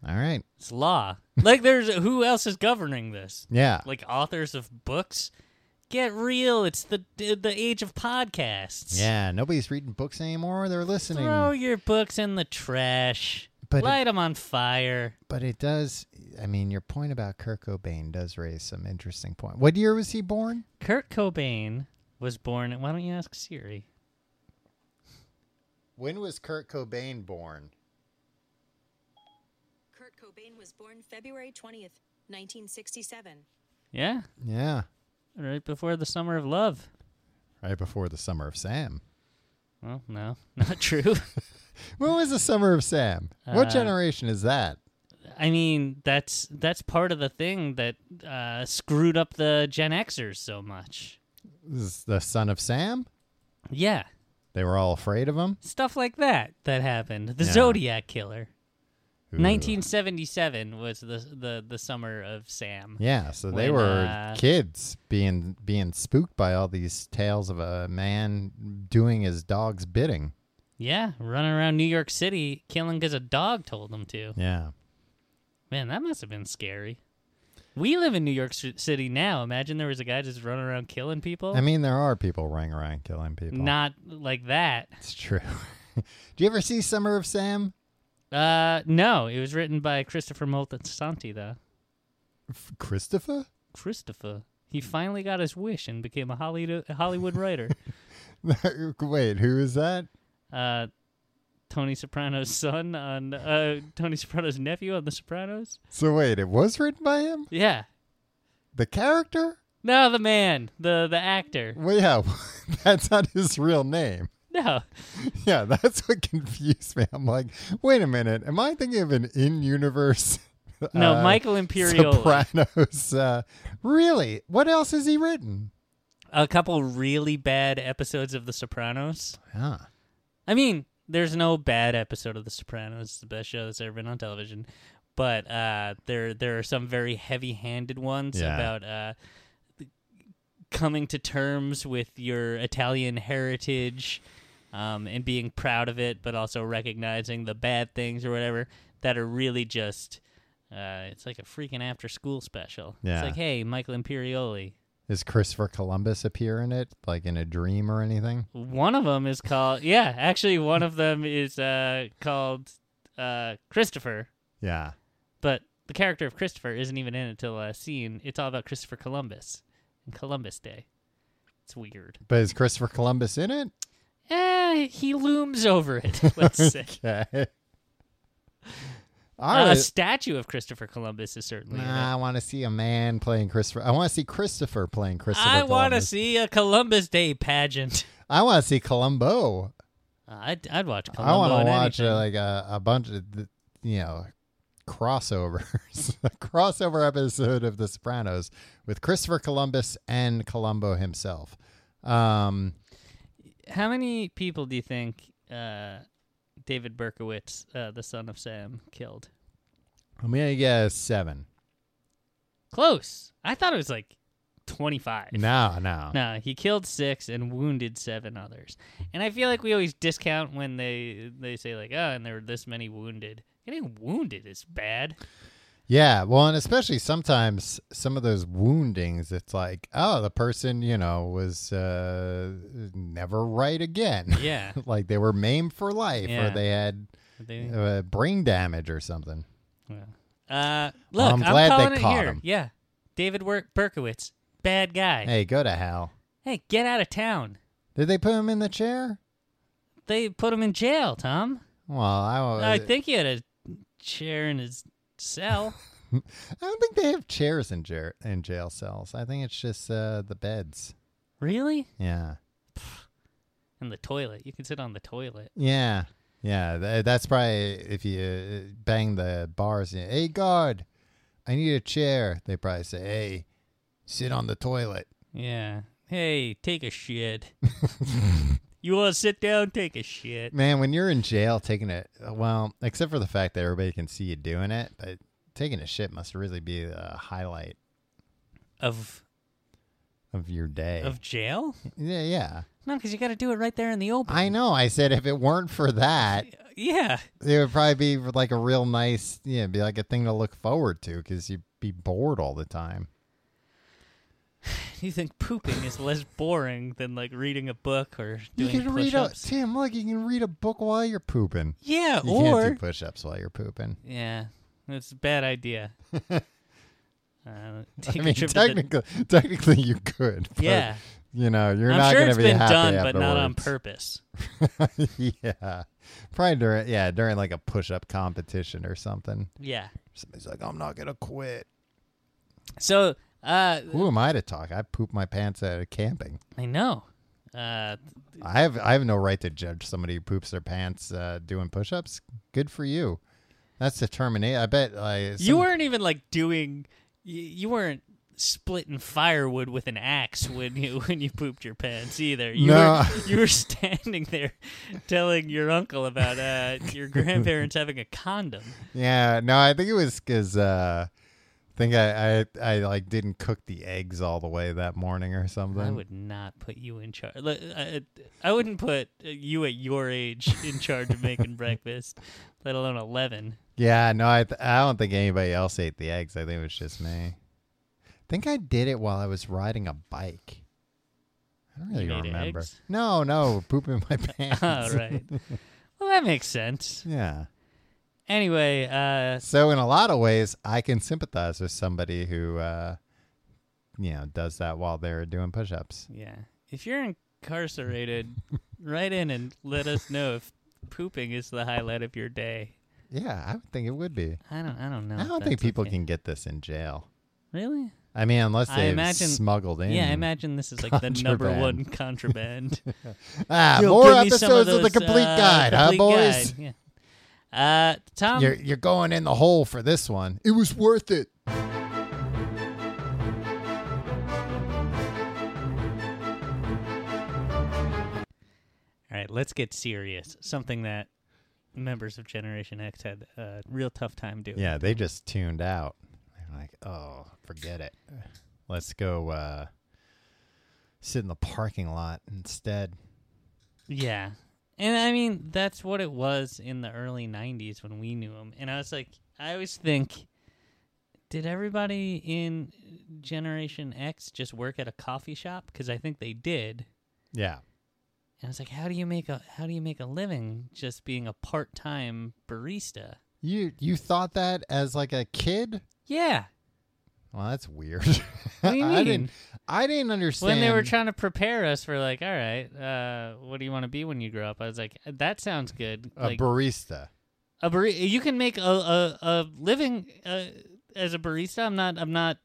Speaker 2: All right.
Speaker 3: It's law. like, there's who else is governing this?
Speaker 2: Yeah.
Speaker 3: Like authors of books. Get real. It's the the age of podcasts.
Speaker 2: yeah. Nobody's reading books anymore. They're listening.
Speaker 3: Throw your books in the trash. Light 'em
Speaker 2: But it-
Speaker 3: Light them on fire.
Speaker 2: But it does. I mean, your point about Kurt Cobain does raise some interesting point. What year was he born?
Speaker 3: Kurt Cobain was born. Why don't you ask Siri?
Speaker 2: When was Kurt Cobain born?
Speaker 1: Kurt Cobain was born February 20th, 1967.
Speaker 3: Yeah,
Speaker 2: Yeah.
Speaker 3: right before the summer of love.
Speaker 2: Right before the Summer of Sam.
Speaker 3: Well, no, not true.
Speaker 2: When was the Summer of Sam? what
Speaker 3: Uh,
Speaker 2: generation is that?
Speaker 3: I mean, that's that's part of the thing that uh, screwed up the Gen Xers so much.
Speaker 2: This is the son of Sam?
Speaker 3: Yeah,
Speaker 2: They were all afraid of him?
Speaker 3: stuff like that that happened. The
Speaker 2: Yeah.
Speaker 3: Zodiac Killer.
Speaker 2: Ooh.
Speaker 3: 1977 was the the the summer of Sam.
Speaker 2: Yeah, so they
Speaker 3: when,
Speaker 2: were
Speaker 3: uh,
Speaker 2: kids being being spooked by all these tales of a man doing his dog's bidding.
Speaker 3: Yeah, running around New York City killing because a dog told him to.
Speaker 2: Yeah.
Speaker 3: Man, that must have been scary. We live in New York Ci- City now. Imagine there was a guy just running around killing people.
Speaker 2: I mean, there are people running around killing people.
Speaker 3: Not like that.
Speaker 2: It's true. Do you ever see Summer of Sam?
Speaker 3: Uh, no, it was written by Christopher Moltisanti, though.
Speaker 2: F- Christopher?
Speaker 3: Christopher. He finally got his wish and became a Hollywood, a Hollywood writer.
Speaker 2: Wait, who is that?
Speaker 3: Uh, Tony Soprano's son on uh, Tony Soprano's nephew on The Sopranos.
Speaker 2: So wait, it was written by him?
Speaker 3: Yeah.
Speaker 2: The character?
Speaker 3: No, the man, the the actor.
Speaker 2: Well, yeah, that's not his real name.
Speaker 3: No,
Speaker 2: Yeah, that's what confused me. I'm like, wait a minute, am I thinking of an in-universe?
Speaker 3: no,
Speaker 2: uh,
Speaker 3: Michael Imperioli.
Speaker 2: Sopranos. Uh, really? What else has he written?
Speaker 3: a couple really bad episodes of The Sopranos.
Speaker 2: Yeah.
Speaker 3: I mean, there's no bad episode of The Sopranos. It's the best show that's ever been on television. But uh, there there are some very heavy handed ones
Speaker 2: Yeah.
Speaker 3: about uh, th- coming to terms with your Italian heritage um, and being proud of it, but also recognizing the bad things or whatever that are really just. Uh, it's like a freaking after school special.
Speaker 2: Yeah.
Speaker 3: It's like, hey, Michael Imperioli.
Speaker 2: Does Christopher Columbus appear in it, like in a dream or anything?
Speaker 3: One of them is called yeah. Actually, one of them is uh, called uh, Christopher,
Speaker 2: Yeah.
Speaker 3: but the character of Christopher isn't even in it till a scene. It's all about Christopher Columbus and Columbus Day. It's weird.
Speaker 2: But is Christopher Columbus in it?
Speaker 3: Eh, he looms over it. Let's say
Speaker 2: Okay. All
Speaker 3: Uh, a
Speaker 2: right.
Speaker 3: statue of Christopher Columbus is certainly. in it.
Speaker 2: Nah, I want to see a man playing Christopher. I want to see Christopher playing Christopher.
Speaker 3: I want to
Speaker 2: Columbus.
Speaker 3: see a Columbus Day pageant. Uh,
Speaker 2: I want to see Columbo.
Speaker 3: I'd, I'd watch Columbo.
Speaker 2: I want to
Speaker 3: on
Speaker 2: watch
Speaker 3: anything.
Speaker 2: uh, like a, a bunch of th- you know crossovers, a crossover episode of The Sopranos with Christopher Columbus and Columbo himself. Um,
Speaker 3: How many people do you think uh, David Berkowitz, uh, the son of Sam, killed?
Speaker 2: I'm gonna guess seven.
Speaker 3: Close. I thought it was like 25.
Speaker 2: No, no,
Speaker 3: No, he killed six and wounded seven others. And I feel like we always discount when they they say like, oh, and there were this many wounded. Getting wounded is bad.
Speaker 2: Yeah, well, and especially sometimes some of those woundings, it's like, oh, the person you know was uh, never right again.
Speaker 3: Yeah.
Speaker 2: like they were maimed for life,
Speaker 3: Yeah.
Speaker 2: or they had
Speaker 3: They-
Speaker 2: uh, brain damage or something.
Speaker 3: Uh, look,
Speaker 2: Well, I'm
Speaker 3: I'm,
Speaker 2: glad they
Speaker 3: calling it
Speaker 2: caught
Speaker 3: here.
Speaker 2: him.
Speaker 3: Yeah, David Wer- Berkowitz, bad guy. Hey.
Speaker 2: Hey, go to hell.
Speaker 3: get out of town.
Speaker 2: Did they put him in the chair?
Speaker 3: They put him in jail, Tom.
Speaker 2: Well, I, wa-
Speaker 3: I think he had a chair in his cell.
Speaker 2: I don't think they have chairs in jail in jail cells. I think it's just uh, the beds.
Speaker 3: really?
Speaker 2: Yeah,
Speaker 3: And the toilet. You can sit on the toilet.
Speaker 2: yeah, yeah. Th- that's probably if you uh, bang the bars. And, hey, guard, I need a chair. They probably say, "Hey, sit on the toilet."
Speaker 3: Yeah. Hey, take a shit. you want to sit down? Take a shit.
Speaker 2: Man, when you're in jail, taking it well, except for the fact that everybody can see you doing it, but taking a shit must really be a highlight
Speaker 3: Of
Speaker 2: of your day.
Speaker 3: Of jail?
Speaker 2: yeah, yeah.
Speaker 3: No, because you got to do it right there in the open.
Speaker 2: I know. I said if it weren't for that,
Speaker 3: yeah.
Speaker 2: it would probably be like a real nice, yeah, it'd be like a thing to look forward to because you'd be bored all the time.
Speaker 3: You think pooping is less boring than like reading a book or doing
Speaker 2: you can read a
Speaker 3: push-ups?
Speaker 2: Tim. Look, you can read a book while you're pooping.
Speaker 3: yeah,
Speaker 2: You
Speaker 3: or
Speaker 2: can't do push-ups while you're pooping.
Speaker 3: yeah, that's a bad idea. uh, take
Speaker 2: I
Speaker 3: a
Speaker 2: mean,
Speaker 3: trip to the-
Speaker 2: technically, technically you could. But,
Speaker 3: yeah,
Speaker 2: You know, you're
Speaker 3: I'm
Speaker 2: not
Speaker 3: sure
Speaker 2: going
Speaker 3: it's
Speaker 2: to be
Speaker 3: been
Speaker 2: happy
Speaker 3: done, but not on
Speaker 2: afterwards.
Speaker 3: purpose.
Speaker 2: yeah, probably during yeah during like a push-up competition or something.
Speaker 3: Yeah.
Speaker 2: Somebody's like, I'm not going to quit.
Speaker 3: So uh,
Speaker 2: Who am I to talk? I poop my pants out of camping.
Speaker 3: I know. Uh,
Speaker 2: I have I have no right to judge somebody who poops their pants uh, doing push-ups. Good for you. That's determination. I bet. Uh,
Speaker 3: you weren't even like doing. You, you weren't splitting firewood with an axe when you when you pooped your pants either. You
Speaker 2: No.
Speaker 3: were you were standing there telling your uncle about uh, your grandparents having a condom.
Speaker 2: Yeah, no, I think it was because uh, I think I, I I like didn't cook the eggs all the way that morning or something.
Speaker 3: I would not put you in charge. I, I wouldn't put uh, you at your age in charge of making breakfast, let alone eleven.
Speaker 2: Yeah, no, I th- I don't think anybody else ate the eggs. I think it was just me. I think I did it while I was riding a bike. I don't really
Speaker 3: You ate
Speaker 2: remember.
Speaker 3: eggs?
Speaker 2: No, no, pooping my pants.
Speaker 3: All right. Well, that makes sense.
Speaker 2: Yeah.
Speaker 3: Anyway, uh,
Speaker 2: So in a lot of ways, I can sympathize with somebody who, uh, you know, does that while they're doing push-ups.
Speaker 3: Yeah. If you're incarcerated, write in and let us know if pooping is the highlight of your day.
Speaker 2: Yeah, I would think it would be.
Speaker 3: I don't. I don't know.
Speaker 2: I
Speaker 3: if
Speaker 2: don't think
Speaker 3: Oh, that's
Speaker 2: people
Speaker 3: okay.
Speaker 2: can get this in jail.
Speaker 3: Really?
Speaker 2: I mean, unless
Speaker 3: I
Speaker 2: they
Speaker 3: imagine-
Speaker 2: smuggled in.
Speaker 3: Yeah. I imagine this is like the number one contraband.
Speaker 2: Ah,
Speaker 3: Yo,
Speaker 2: more
Speaker 3: give me some
Speaker 2: episodes of,
Speaker 3: those,
Speaker 2: the Complete
Speaker 3: uh,
Speaker 2: Guide, huh,
Speaker 3: Complete
Speaker 2: boys?
Speaker 3: Guide. Yeah. Uh, Tom.
Speaker 2: You're you're going in the hole for this one. It was worth it.
Speaker 3: All right. Let's get serious. Something that members of Generation X had a real tough time doing.
Speaker 2: Yeah, they just tuned out. They're like, oh, forget it. Let's go uh, sit in the parking lot instead.
Speaker 3: Yeah. And I mean, that's what it was in the early 90s when we knew him. And I was like, I always think, did everybody in Generation X just work at a coffee shop? Because I think they did.
Speaker 2: Yeah.
Speaker 3: And I was like, how do you make a how do you make a living just being a part time barista?
Speaker 2: You you thought that as like a kid?
Speaker 3: Yeah,
Speaker 2: Well, that's weird.
Speaker 3: What do you
Speaker 2: I
Speaker 3: mean?
Speaker 2: didn't I didn't understand
Speaker 3: when they were trying to prepare us for like, all right, uh, what do you want to be when you grow up? I was like, that sounds good.
Speaker 2: a
Speaker 3: like,
Speaker 2: barista.
Speaker 3: a bar- you can make a a, a living uh, as a barista. I'm not I'm not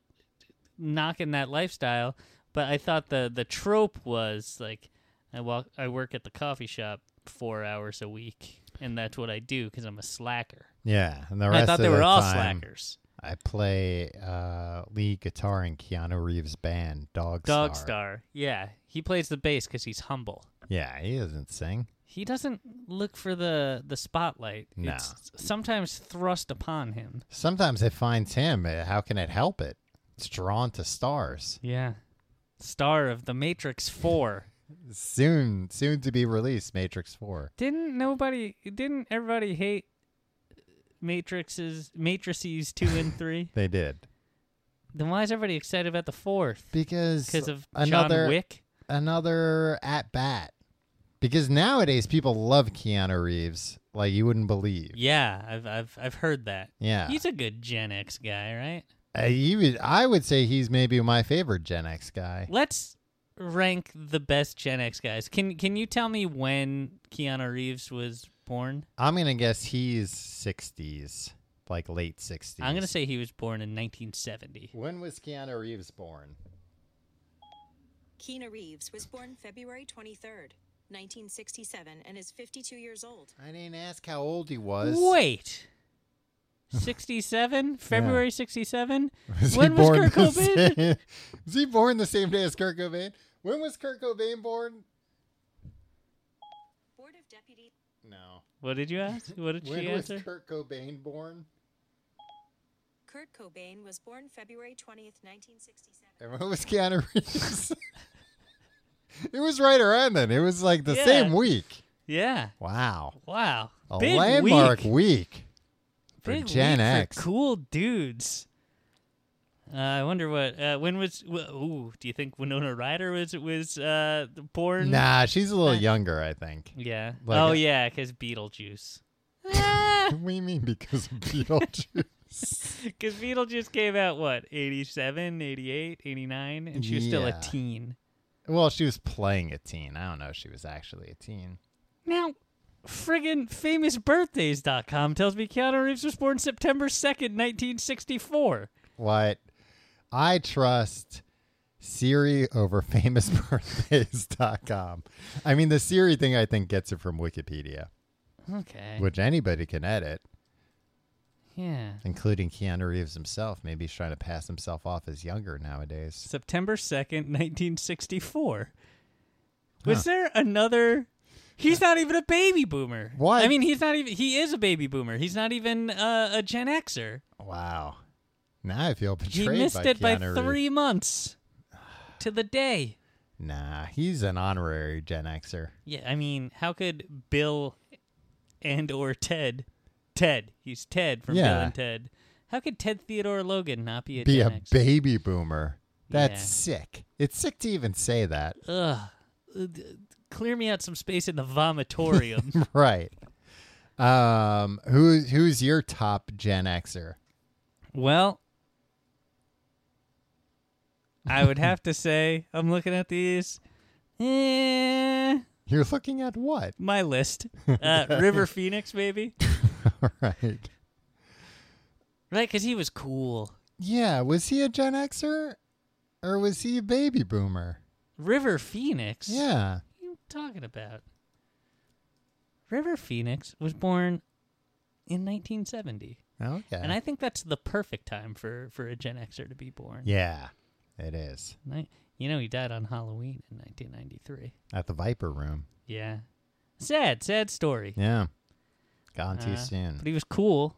Speaker 3: knocking that lifestyle, but I thought the the trope was like I walk I work at the coffee shop 4 hours a week and that's what I do cuz I'm a slacker.
Speaker 2: Yeah, and the
Speaker 3: I
Speaker 2: rest
Speaker 3: thought
Speaker 2: of
Speaker 3: they
Speaker 2: the
Speaker 3: were all
Speaker 2: time,
Speaker 3: slackers.
Speaker 2: I play uh, lead guitar in Keanu Reeves' band, Dog
Speaker 3: Dog
Speaker 2: Star.
Speaker 3: Star. Yeah, he plays the bass cuz he's humble.
Speaker 2: Yeah, he doesn't sing.
Speaker 3: He doesn't look for the the spotlight.
Speaker 2: No.
Speaker 3: It's sometimes thrust upon him.
Speaker 2: Sometimes it finds him. uh, How can it help it? It's drawn to stars.
Speaker 3: Yeah. Star of The Matrix 4.
Speaker 2: Soon, soon to be released, Matrix Four.
Speaker 3: Didn't nobody? Didn't everybody hate matrices, matrices two and three?
Speaker 2: They did
Speaker 3: Then why is everybody excited about the fourth?
Speaker 2: because
Speaker 3: Because of
Speaker 2: another
Speaker 3: John Wick.
Speaker 2: another at bat. Because nowadays people love Keanu Reeves like you wouldn't believe.
Speaker 3: Yeah, I've I've I've heard that.
Speaker 2: Yeah,
Speaker 3: He's a good Gen X guy, right?
Speaker 2: Uh, he would, I would say he's maybe my favorite Gen X guy.
Speaker 3: Let's rank the best Gen X guys. Can Can you tell me when Keanu Reeves was born?
Speaker 2: I'm gonna guess he's '60s, like late '60s.
Speaker 3: I'm gonna say he was born in 1970.
Speaker 2: When was Keanu Reeves born?
Speaker 1: Keena Reeves was born February 23rd, 1967, and is 52 years old.
Speaker 2: I didn't ask how old he was.
Speaker 3: Wait. 67? February 67?
Speaker 2: Was he
Speaker 3: when was
Speaker 2: born
Speaker 3: Kurt
Speaker 2: the
Speaker 3: Cobain?
Speaker 2: same- was he born the same day as Kurt Cobain? When was Kurt Cobain born?
Speaker 1: Board of Deputies.
Speaker 2: No.
Speaker 3: What did you ask? What did
Speaker 2: When
Speaker 3: she
Speaker 2: was
Speaker 3: answer?
Speaker 2: Kurt Cobain born?
Speaker 1: Kurt Cobain was born February 20th, 1967.
Speaker 2: And what was Keanu Reeves? it was right around then. It was like the
Speaker 3: Yeah.
Speaker 2: same week.
Speaker 3: Yeah.
Speaker 2: Wow.
Speaker 3: Wow.
Speaker 2: A
Speaker 3: Big
Speaker 2: landmark
Speaker 3: week.
Speaker 2: week, for
Speaker 3: Big
Speaker 2: Gen
Speaker 3: week
Speaker 2: X.
Speaker 3: For cool dudes. Uh, I wonder what. Uh, when was? wh- ooh, do you think Winona Ryder was was uh, born?
Speaker 2: Nah, she's a little
Speaker 3: Uh,
Speaker 2: younger, I think.
Speaker 3: Yeah.
Speaker 2: Like
Speaker 3: oh
Speaker 2: a-
Speaker 3: yeah, because Beetlejuice.
Speaker 2: we mean because of Beetlejuice.
Speaker 3: Because Beetlejuice came out what 87, 88, 89, and she was still a
Speaker 2: Yeah.
Speaker 3: teen.
Speaker 2: well, she was playing a teen. I don't know if she was actually a teen.
Speaker 3: Now, friggin' famousbirthdays.com tells me Keanu Reeves was born September 2nd, 1964.
Speaker 2: What? I trust Siri over famousbirthdays.com. I mean, the Siri thing I think gets it from Wikipedia,
Speaker 3: Okay.
Speaker 2: which anybody can edit,
Speaker 3: Yeah.
Speaker 2: including Keanu Reeves himself. Maybe he's trying to pass himself off as younger nowadays.
Speaker 3: September 2nd, 1964. Was there another He's not even a baby boomer.
Speaker 2: What?
Speaker 3: I mean, he's not even he is a baby boomer. He's not even uh, a Gen Xer.
Speaker 2: Wow. Now I feel
Speaker 3: He
Speaker 2: betrayed
Speaker 3: missed
Speaker 2: by
Speaker 3: it by
Speaker 2: Keanu
Speaker 3: 3
Speaker 2: Reeves.
Speaker 3: months to the day.
Speaker 2: Nah, he's an honorary Gen Xer.
Speaker 3: Yeah, I mean, how could Bill and or Ted, Ted, he's Ted from Bill
Speaker 2: Yeah.
Speaker 3: and Ted. How could Ted Theodore Logan not be a
Speaker 2: Be
Speaker 3: Gen
Speaker 2: a
Speaker 3: X?
Speaker 2: baby boomer. That's
Speaker 3: Yeah.
Speaker 2: sick. It's sick to even say that.
Speaker 3: Ugh. Uh, d- Clear me out some space in the vomitorium.
Speaker 2: right. Um, who who's your top Gen Xer?
Speaker 3: well, I would have to say I'm looking at these. Eh,
Speaker 2: You're looking at what?
Speaker 3: my list. Uh, River Phoenix, maybe.
Speaker 2: right.
Speaker 3: Right, because he was cool.
Speaker 2: Yeah, was he a Gen Xer or was he a baby boomer?
Speaker 3: River Phoenix.
Speaker 2: Yeah.
Speaker 3: What are you talking about? River Phoenix was born in 1970,
Speaker 2: Okay.
Speaker 3: and I think that's the perfect time for for a Gen Xer to be born.
Speaker 2: yeah, it is
Speaker 3: Ni- You know, he died on Halloween in 1993.
Speaker 2: at the Viper Room.
Speaker 3: Yeah, sad, sad story.
Speaker 2: Yeah. Gone too
Speaker 3: Uh,
Speaker 4: Uh-huh.
Speaker 2: soon.
Speaker 3: But he was cool.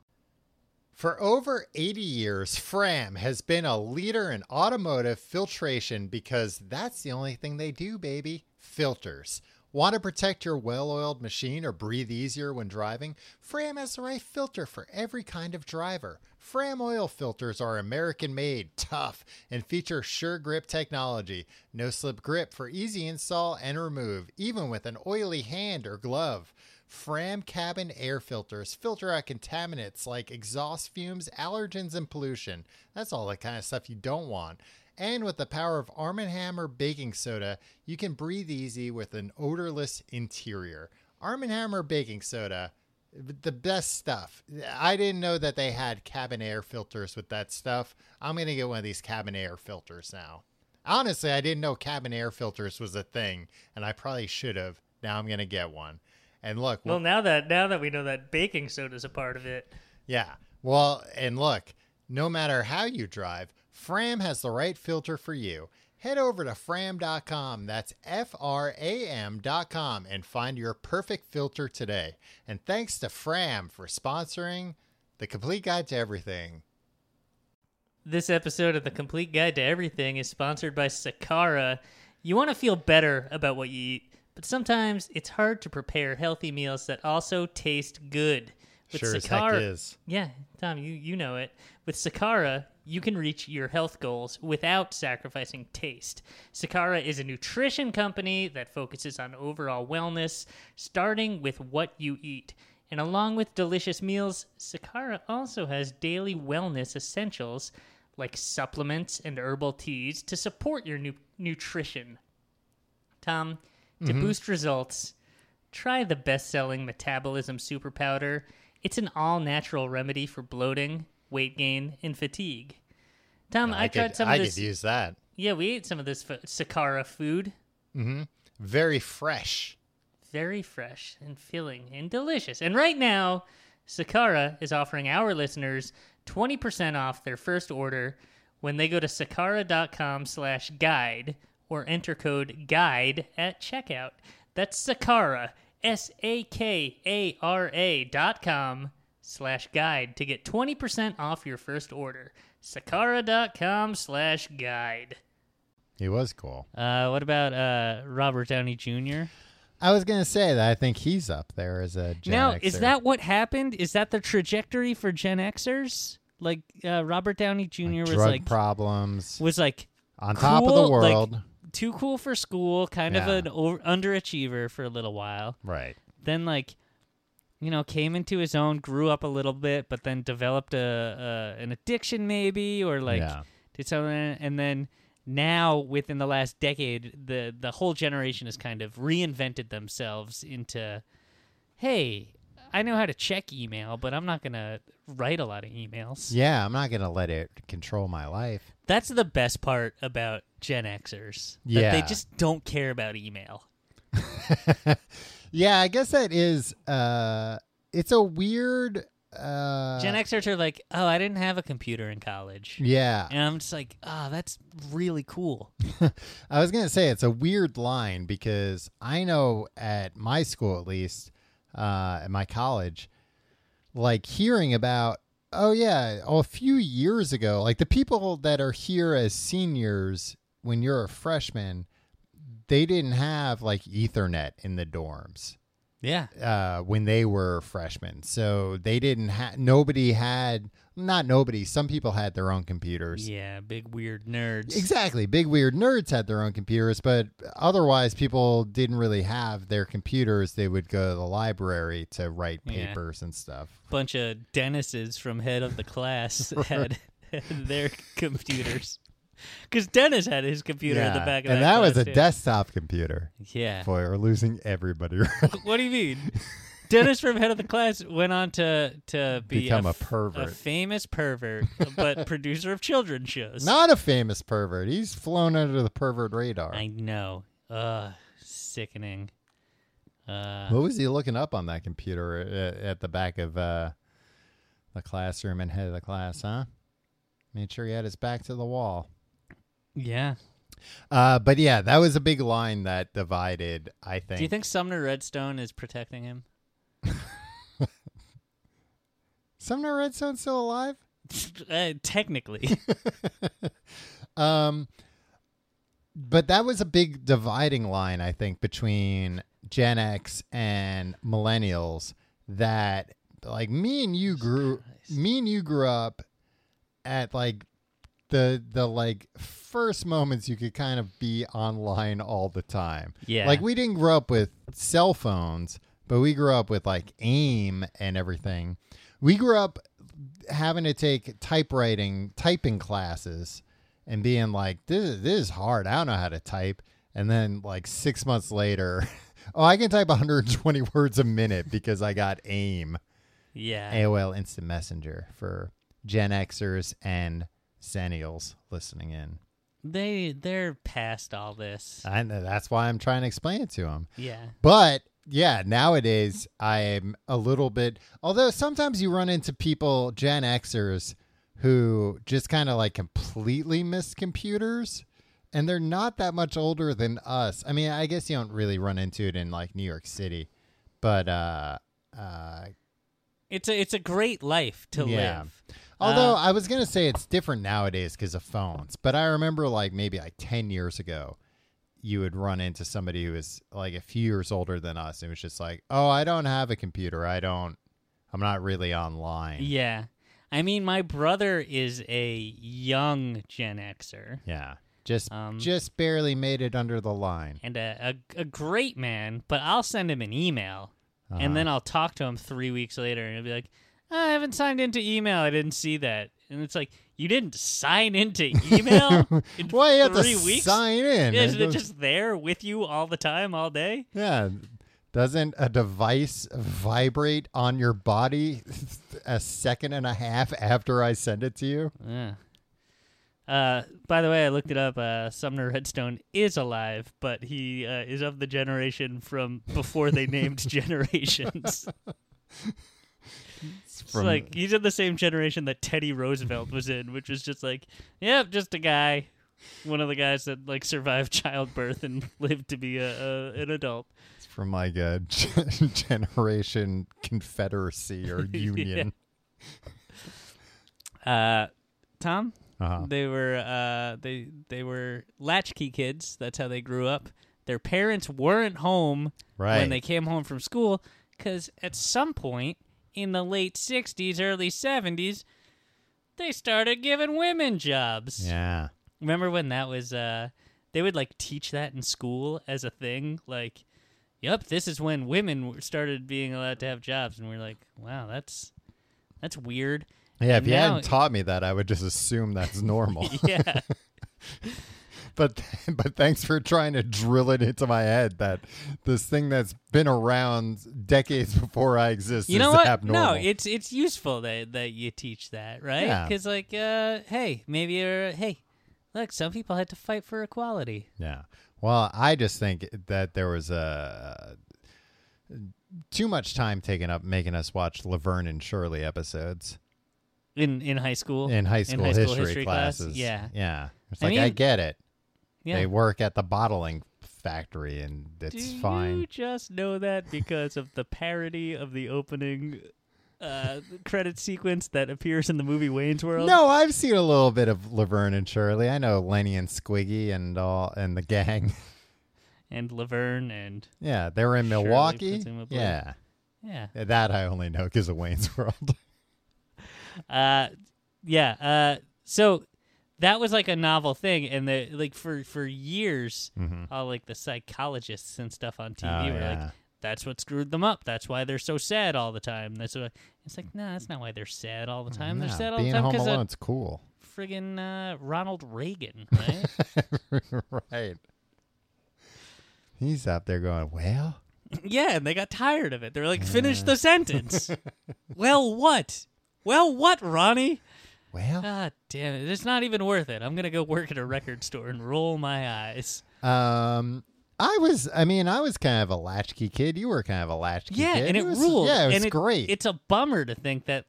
Speaker 2: For over 80 years, Fram has been a leader in automotive filtration because that's the only thing they do, baby. Filters. Want to protect your well oiled machine or breathe easier when driving? Fram has the right filter for every kind of driver. Fram oil filters are American made, tough, and feature sure grip technology. No slip grip for easy install and remove, even with an oily hand or glove. Fram cabin air filters filter out contaminants like exhaust fumes, allergens, and pollution. That's all the kind of stuff you don't want. And with the power of Arm & Hammer baking soda, you can breathe easy with an odorless interior. Arm & Hammer baking soda, the best stuff. I didn't know that they had cabin air filters with that stuff. I'm going to get one of these cabin air filters now. Honestly, I didn't know cabin air filters was a thing, and I probably should have. Now I'm going to get one. And look,
Speaker 4: Well, now that now that we know that baking soda's a part of it,
Speaker 2: yeah. Well, and look, no matter how you drive, Fram has the right filter for you. Head over to fram.com, that's F R A M.com, and find your perfect filter today. And thanks to Fram for sponsoring the complete guide to everything.
Speaker 4: This episode of The Complete Guide to Everything is sponsored by Sakara. You want to feel better about what you eat, but sometimes it's hard to prepare healthy meals that also taste good.
Speaker 2: Sure as heck is.
Speaker 4: Yeah, Tom, you, you know it. With Sakara, you can reach your health goals without sacrificing taste. Sakara is a nutrition company that focuses on overall wellness, starting with what you eat. And along with delicious meals, Sakara also has daily wellness essentials like supplements and herbal teas to support your nu- nutrition. Tom, to
Speaker 2: Mm-hmm.
Speaker 4: boost results, try the best selling metabolism super powder. It's an all natural remedy for bloating, weight gain, and fatigue. Tom, Um, I, tried
Speaker 2: could,
Speaker 4: some
Speaker 2: I
Speaker 4: of this.
Speaker 2: could use that.
Speaker 4: Yeah, we ate some of this f- Sakara food.
Speaker 2: Very fresh.
Speaker 4: Very fresh and filling and delicious. And right now, Sakara is offering our listeners 20% off their first order when they go to sakara.com slash guide or enter code guide at checkout. That's Sakara, S-A-K-A-R-A dot com slash guide to get 20% off your first order. Sakara.com slash guide.
Speaker 2: He was cool.
Speaker 3: Uh, what about uh, Robert Downey Jr.?
Speaker 2: I was gonna say that I think he's up there as a Gen
Speaker 3: now,
Speaker 2: Xer.
Speaker 3: is that what happened? Is that the trajectory for Gen Xers? Like uh, Robert Downey Jr.
Speaker 2: Like
Speaker 3: was
Speaker 2: drug
Speaker 3: like
Speaker 2: problems
Speaker 3: was like
Speaker 2: on top of the
Speaker 3: cool, like,
Speaker 2: world?
Speaker 3: too cool for school, kind of
Speaker 2: Yeah.
Speaker 3: an over- underachiever for a little while.
Speaker 2: right.
Speaker 3: Then like you know came into his own, grew up a little bit, but then developed a, a an addiction maybe or like
Speaker 2: Yeah.
Speaker 3: did something, and then now within the last decade, the the whole generation has kind of reinvented themselves into, hey. I know how to check email, but I'm not gonna write a lot of emails.
Speaker 2: Yeah, I'm not gonna let it control my life.
Speaker 3: That's the best part about Gen Xers. that
Speaker 2: Yeah.
Speaker 3: they just don't care about email.
Speaker 2: Yeah, I guess that is. uh It's a weird. uh
Speaker 3: Gen Xers are like, oh, I didn't have a computer in college.
Speaker 2: Yeah,
Speaker 3: And I'm just like, oh, that's really cool.
Speaker 2: I was gonna say it's a weird line because I know at my school, at least uh, at my college, like hearing about oh yeah, a few years ago, like the people that are here as seniors when you're a freshman, they didn't have like Ethernet in the dorms
Speaker 3: Yeah.
Speaker 2: uh, when they were freshmen, so they didn't have nobody had not nobody. Some people had their own computers.
Speaker 3: Yeah, big weird nerds.
Speaker 2: Exactly. Big weird nerds had their own computers, but otherwise people didn't really have their computers. They would go to the library to write
Speaker 3: Yeah.
Speaker 2: papers and stuff.
Speaker 3: Bunch of Dennis's from head of the class had, had their computers. Because Dennis had his computer in the
Speaker 2: Yeah.
Speaker 3: back of
Speaker 2: and
Speaker 3: that
Speaker 2: that was a
Speaker 3: class, too.
Speaker 2: desktop computer.
Speaker 3: Yeah.
Speaker 2: Boy, we're losing everybody.
Speaker 3: What do you mean? Dennis from head of the class went on to to be
Speaker 2: Become a
Speaker 3: f-
Speaker 2: pervert.
Speaker 3: a famous pervert, but producer of children's shows.
Speaker 2: Not a famous pervert. He's flown under the pervert radar.
Speaker 3: I know. Ugh, sickening. Uh,
Speaker 2: what was he looking up on that computer at, at the back of uh, the classroom and head of the class, huh? Made sure he had his back to the wall.
Speaker 3: yeah.
Speaker 2: Uh, but yeah, that was a big line that divided, I think.
Speaker 3: Do you think Sumner Redstone is protecting him?
Speaker 2: Sumner Redstone still alive?
Speaker 3: uh, technically,
Speaker 2: Um, but that was a big dividing line, I think, between Gen X and millennials. That like me and you grew, me and you grew up at like the the like first moments you could kind of be online all the time.
Speaker 3: Yeah.
Speaker 2: like we didn't grow up with cell phones, but we grew up with like AIM and everything. We grew up having to take typewriting typing classes and being like this is, this is hard i don't know how to type and then like six months later oh i can type 120 words a minute because i got aim
Speaker 3: yeah.
Speaker 2: aol instant messenger for gen xers and Xennials listening in
Speaker 3: They they're past all this.
Speaker 2: and that's why i'm trying to explain it to them
Speaker 3: Yeah.
Speaker 2: But yeah, nowadays I'm a little bit. Although sometimes you run into people, Gen Xers, who just kind of like completely miss computers, and they're not that much older than us. I mean, I guess you don't really run into it in like New York City, but uh, uh,
Speaker 3: It's a it's a great life to
Speaker 2: Yeah.
Speaker 3: live. Uh, Um,
Speaker 2: Although I was gonna say it's different nowadays because of phones, but I remember like maybe like ten years ago, you would run into somebody who was like a few years older than us, and was just like, "Oh, I don't have a computer. I don't. I'm not really online."
Speaker 3: Yeah. I mean, my brother is a young Gen Xer.
Speaker 2: Yeah. Just
Speaker 3: Um,
Speaker 2: just barely made it under the line.
Speaker 3: and a, a, a great man, but I'll send him an email
Speaker 2: Uh-huh.
Speaker 3: and then I'll talk to him three weeks later and he'll be like, I haven't signed into email. I didn't see that. And it's like, you didn't sign into email? in
Speaker 2: Why you have to
Speaker 3: three weeks?
Speaker 2: sign in?
Speaker 3: Isn't
Speaker 2: It
Speaker 3: it just there with you all the time, all day?
Speaker 2: Yeah. Doesn't a device vibrate on your body a second and a half after I send it to you?
Speaker 3: Yeah. Uh, by the way, I looked it up. Uh, Sumner Redstone is alive, but he uh, is of the generation from before they named generations.
Speaker 2: It's
Speaker 3: It's like he's in the same generation that Teddy Roosevelt was in, which was just like, yep, just a guy One of the guys that like survived childbirth and lived to be a, a an adult.
Speaker 2: It's from like a gen- uh, generation confederacy or union.
Speaker 3: Uh, Tom,
Speaker 2: Uh-huh.
Speaker 3: they were uh, they they were latchkey kids. That's how they grew up. Their parents weren't home
Speaker 2: Right.
Speaker 3: when they came home from school because at some point in the late '60s, early '70s, they started giving women jobs.
Speaker 2: Yeah.
Speaker 3: Remember when that was? Uh, they would like teach that in school as a thing. Like, yep, this is when women w- started being allowed to have jobs, and we're like, wow, that's that's weird.
Speaker 2: Yeah, if
Speaker 3: And
Speaker 2: you
Speaker 3: now-
Speaker 2: hadn't taught me that, I would just assume that's normal.
Speaker 3: Yeah.
Speaker 2: but but thanks for trying to drill it into my head that this thing that's been around decades before I exist
Speaker 3: you
Speaker 2: is
Speaker 3: know what?
Speaker 2: abnormal.
Speaker 3: No, it's it's useful that that you teach that, right?
Speaker 2: Yeah.
Speaker 3: Because like, uh, hey, maybe you're hey, look, some people had to fight for equality.
Speaker 2: Yeah. Well, I just think that there was a too much time taken up making us watch Laverne and Shirley episodes
Speaker 3: In, in high school
Speaker 2: in high school, history, classes.
Speaker 3: yeah
Speaker 2: Yeah. It's
Speaker 3: I
Speaker 2: like I
Speaker 3: mean-
Speaker 2: get it.
Speaker 3: yeah
Speaker 2: They work at the bottling factory and it's
Speaker 3: Do
Speaker 2: fine.
Speaker 3: you just know that because of the parody of the opening uh, credit sequence that appears in the movie Wayne's World?
Speaker 2: No, I've seen a little bit of Laverne and Shirley. I know Lenny and Squiggy and all and the gang.
Speaker 3: And Laverne and
Speaker 2: Yeah, they were in
Speaker 3: Shirley,
Speaker 2: Milwaukee.
Speaker 3: presumably.
Speaker 2: Yeah,
Speaker 3: yeah,
Speaker 2: that I only know because of Wayne's World.
Speaker 3: uh, yeah. Uh, so that was like a novel thing, and the like for for years, all like the psychologists and stuff on TV
Speaker 2: Mm-hmm. Oh,
Speaker 3: were
Speaker 2: yeah.
Speaker 3: like, "That's what screwed them up. That's why they're so sad all the time." That's what it's like. No, that's not why they're sad all the time.
Speaker 2: Yeah,
Speaker 3: they're sad all
Speaker 2: being
Speaker 3: the time
Speaker 2: home
Speaker 3: because
Speaker 2: alone,
Speaker 3: of
Speaker 2: it's cool.
Speaker 3: friggin' uh, Ronald Reagan, right?
Speaker 2: right. He's out there going, well,
Speaker 3: Yeah, and they got tired of it. They're like, finish the sentence. well, what? Well, what, Ronnie?
Speaker 2: well.
Speaker 3: God damn it. It's not even worth it. I'm going to go work at a record store and roll my eyes.
Speaker 2: Um, I was, I mean, I was kind of a latchkey kid. You were kind of a latchkey
Speaker 3: Yeah,
Speaker 2: kid.
Speaker 3: and it
Speaker 2: was-
Speaker 3: ruled.
Speaker 2: Yeah, it
Speaker 3: and
Speaker 2: was great.
Speaker 3: It's a bummer to think that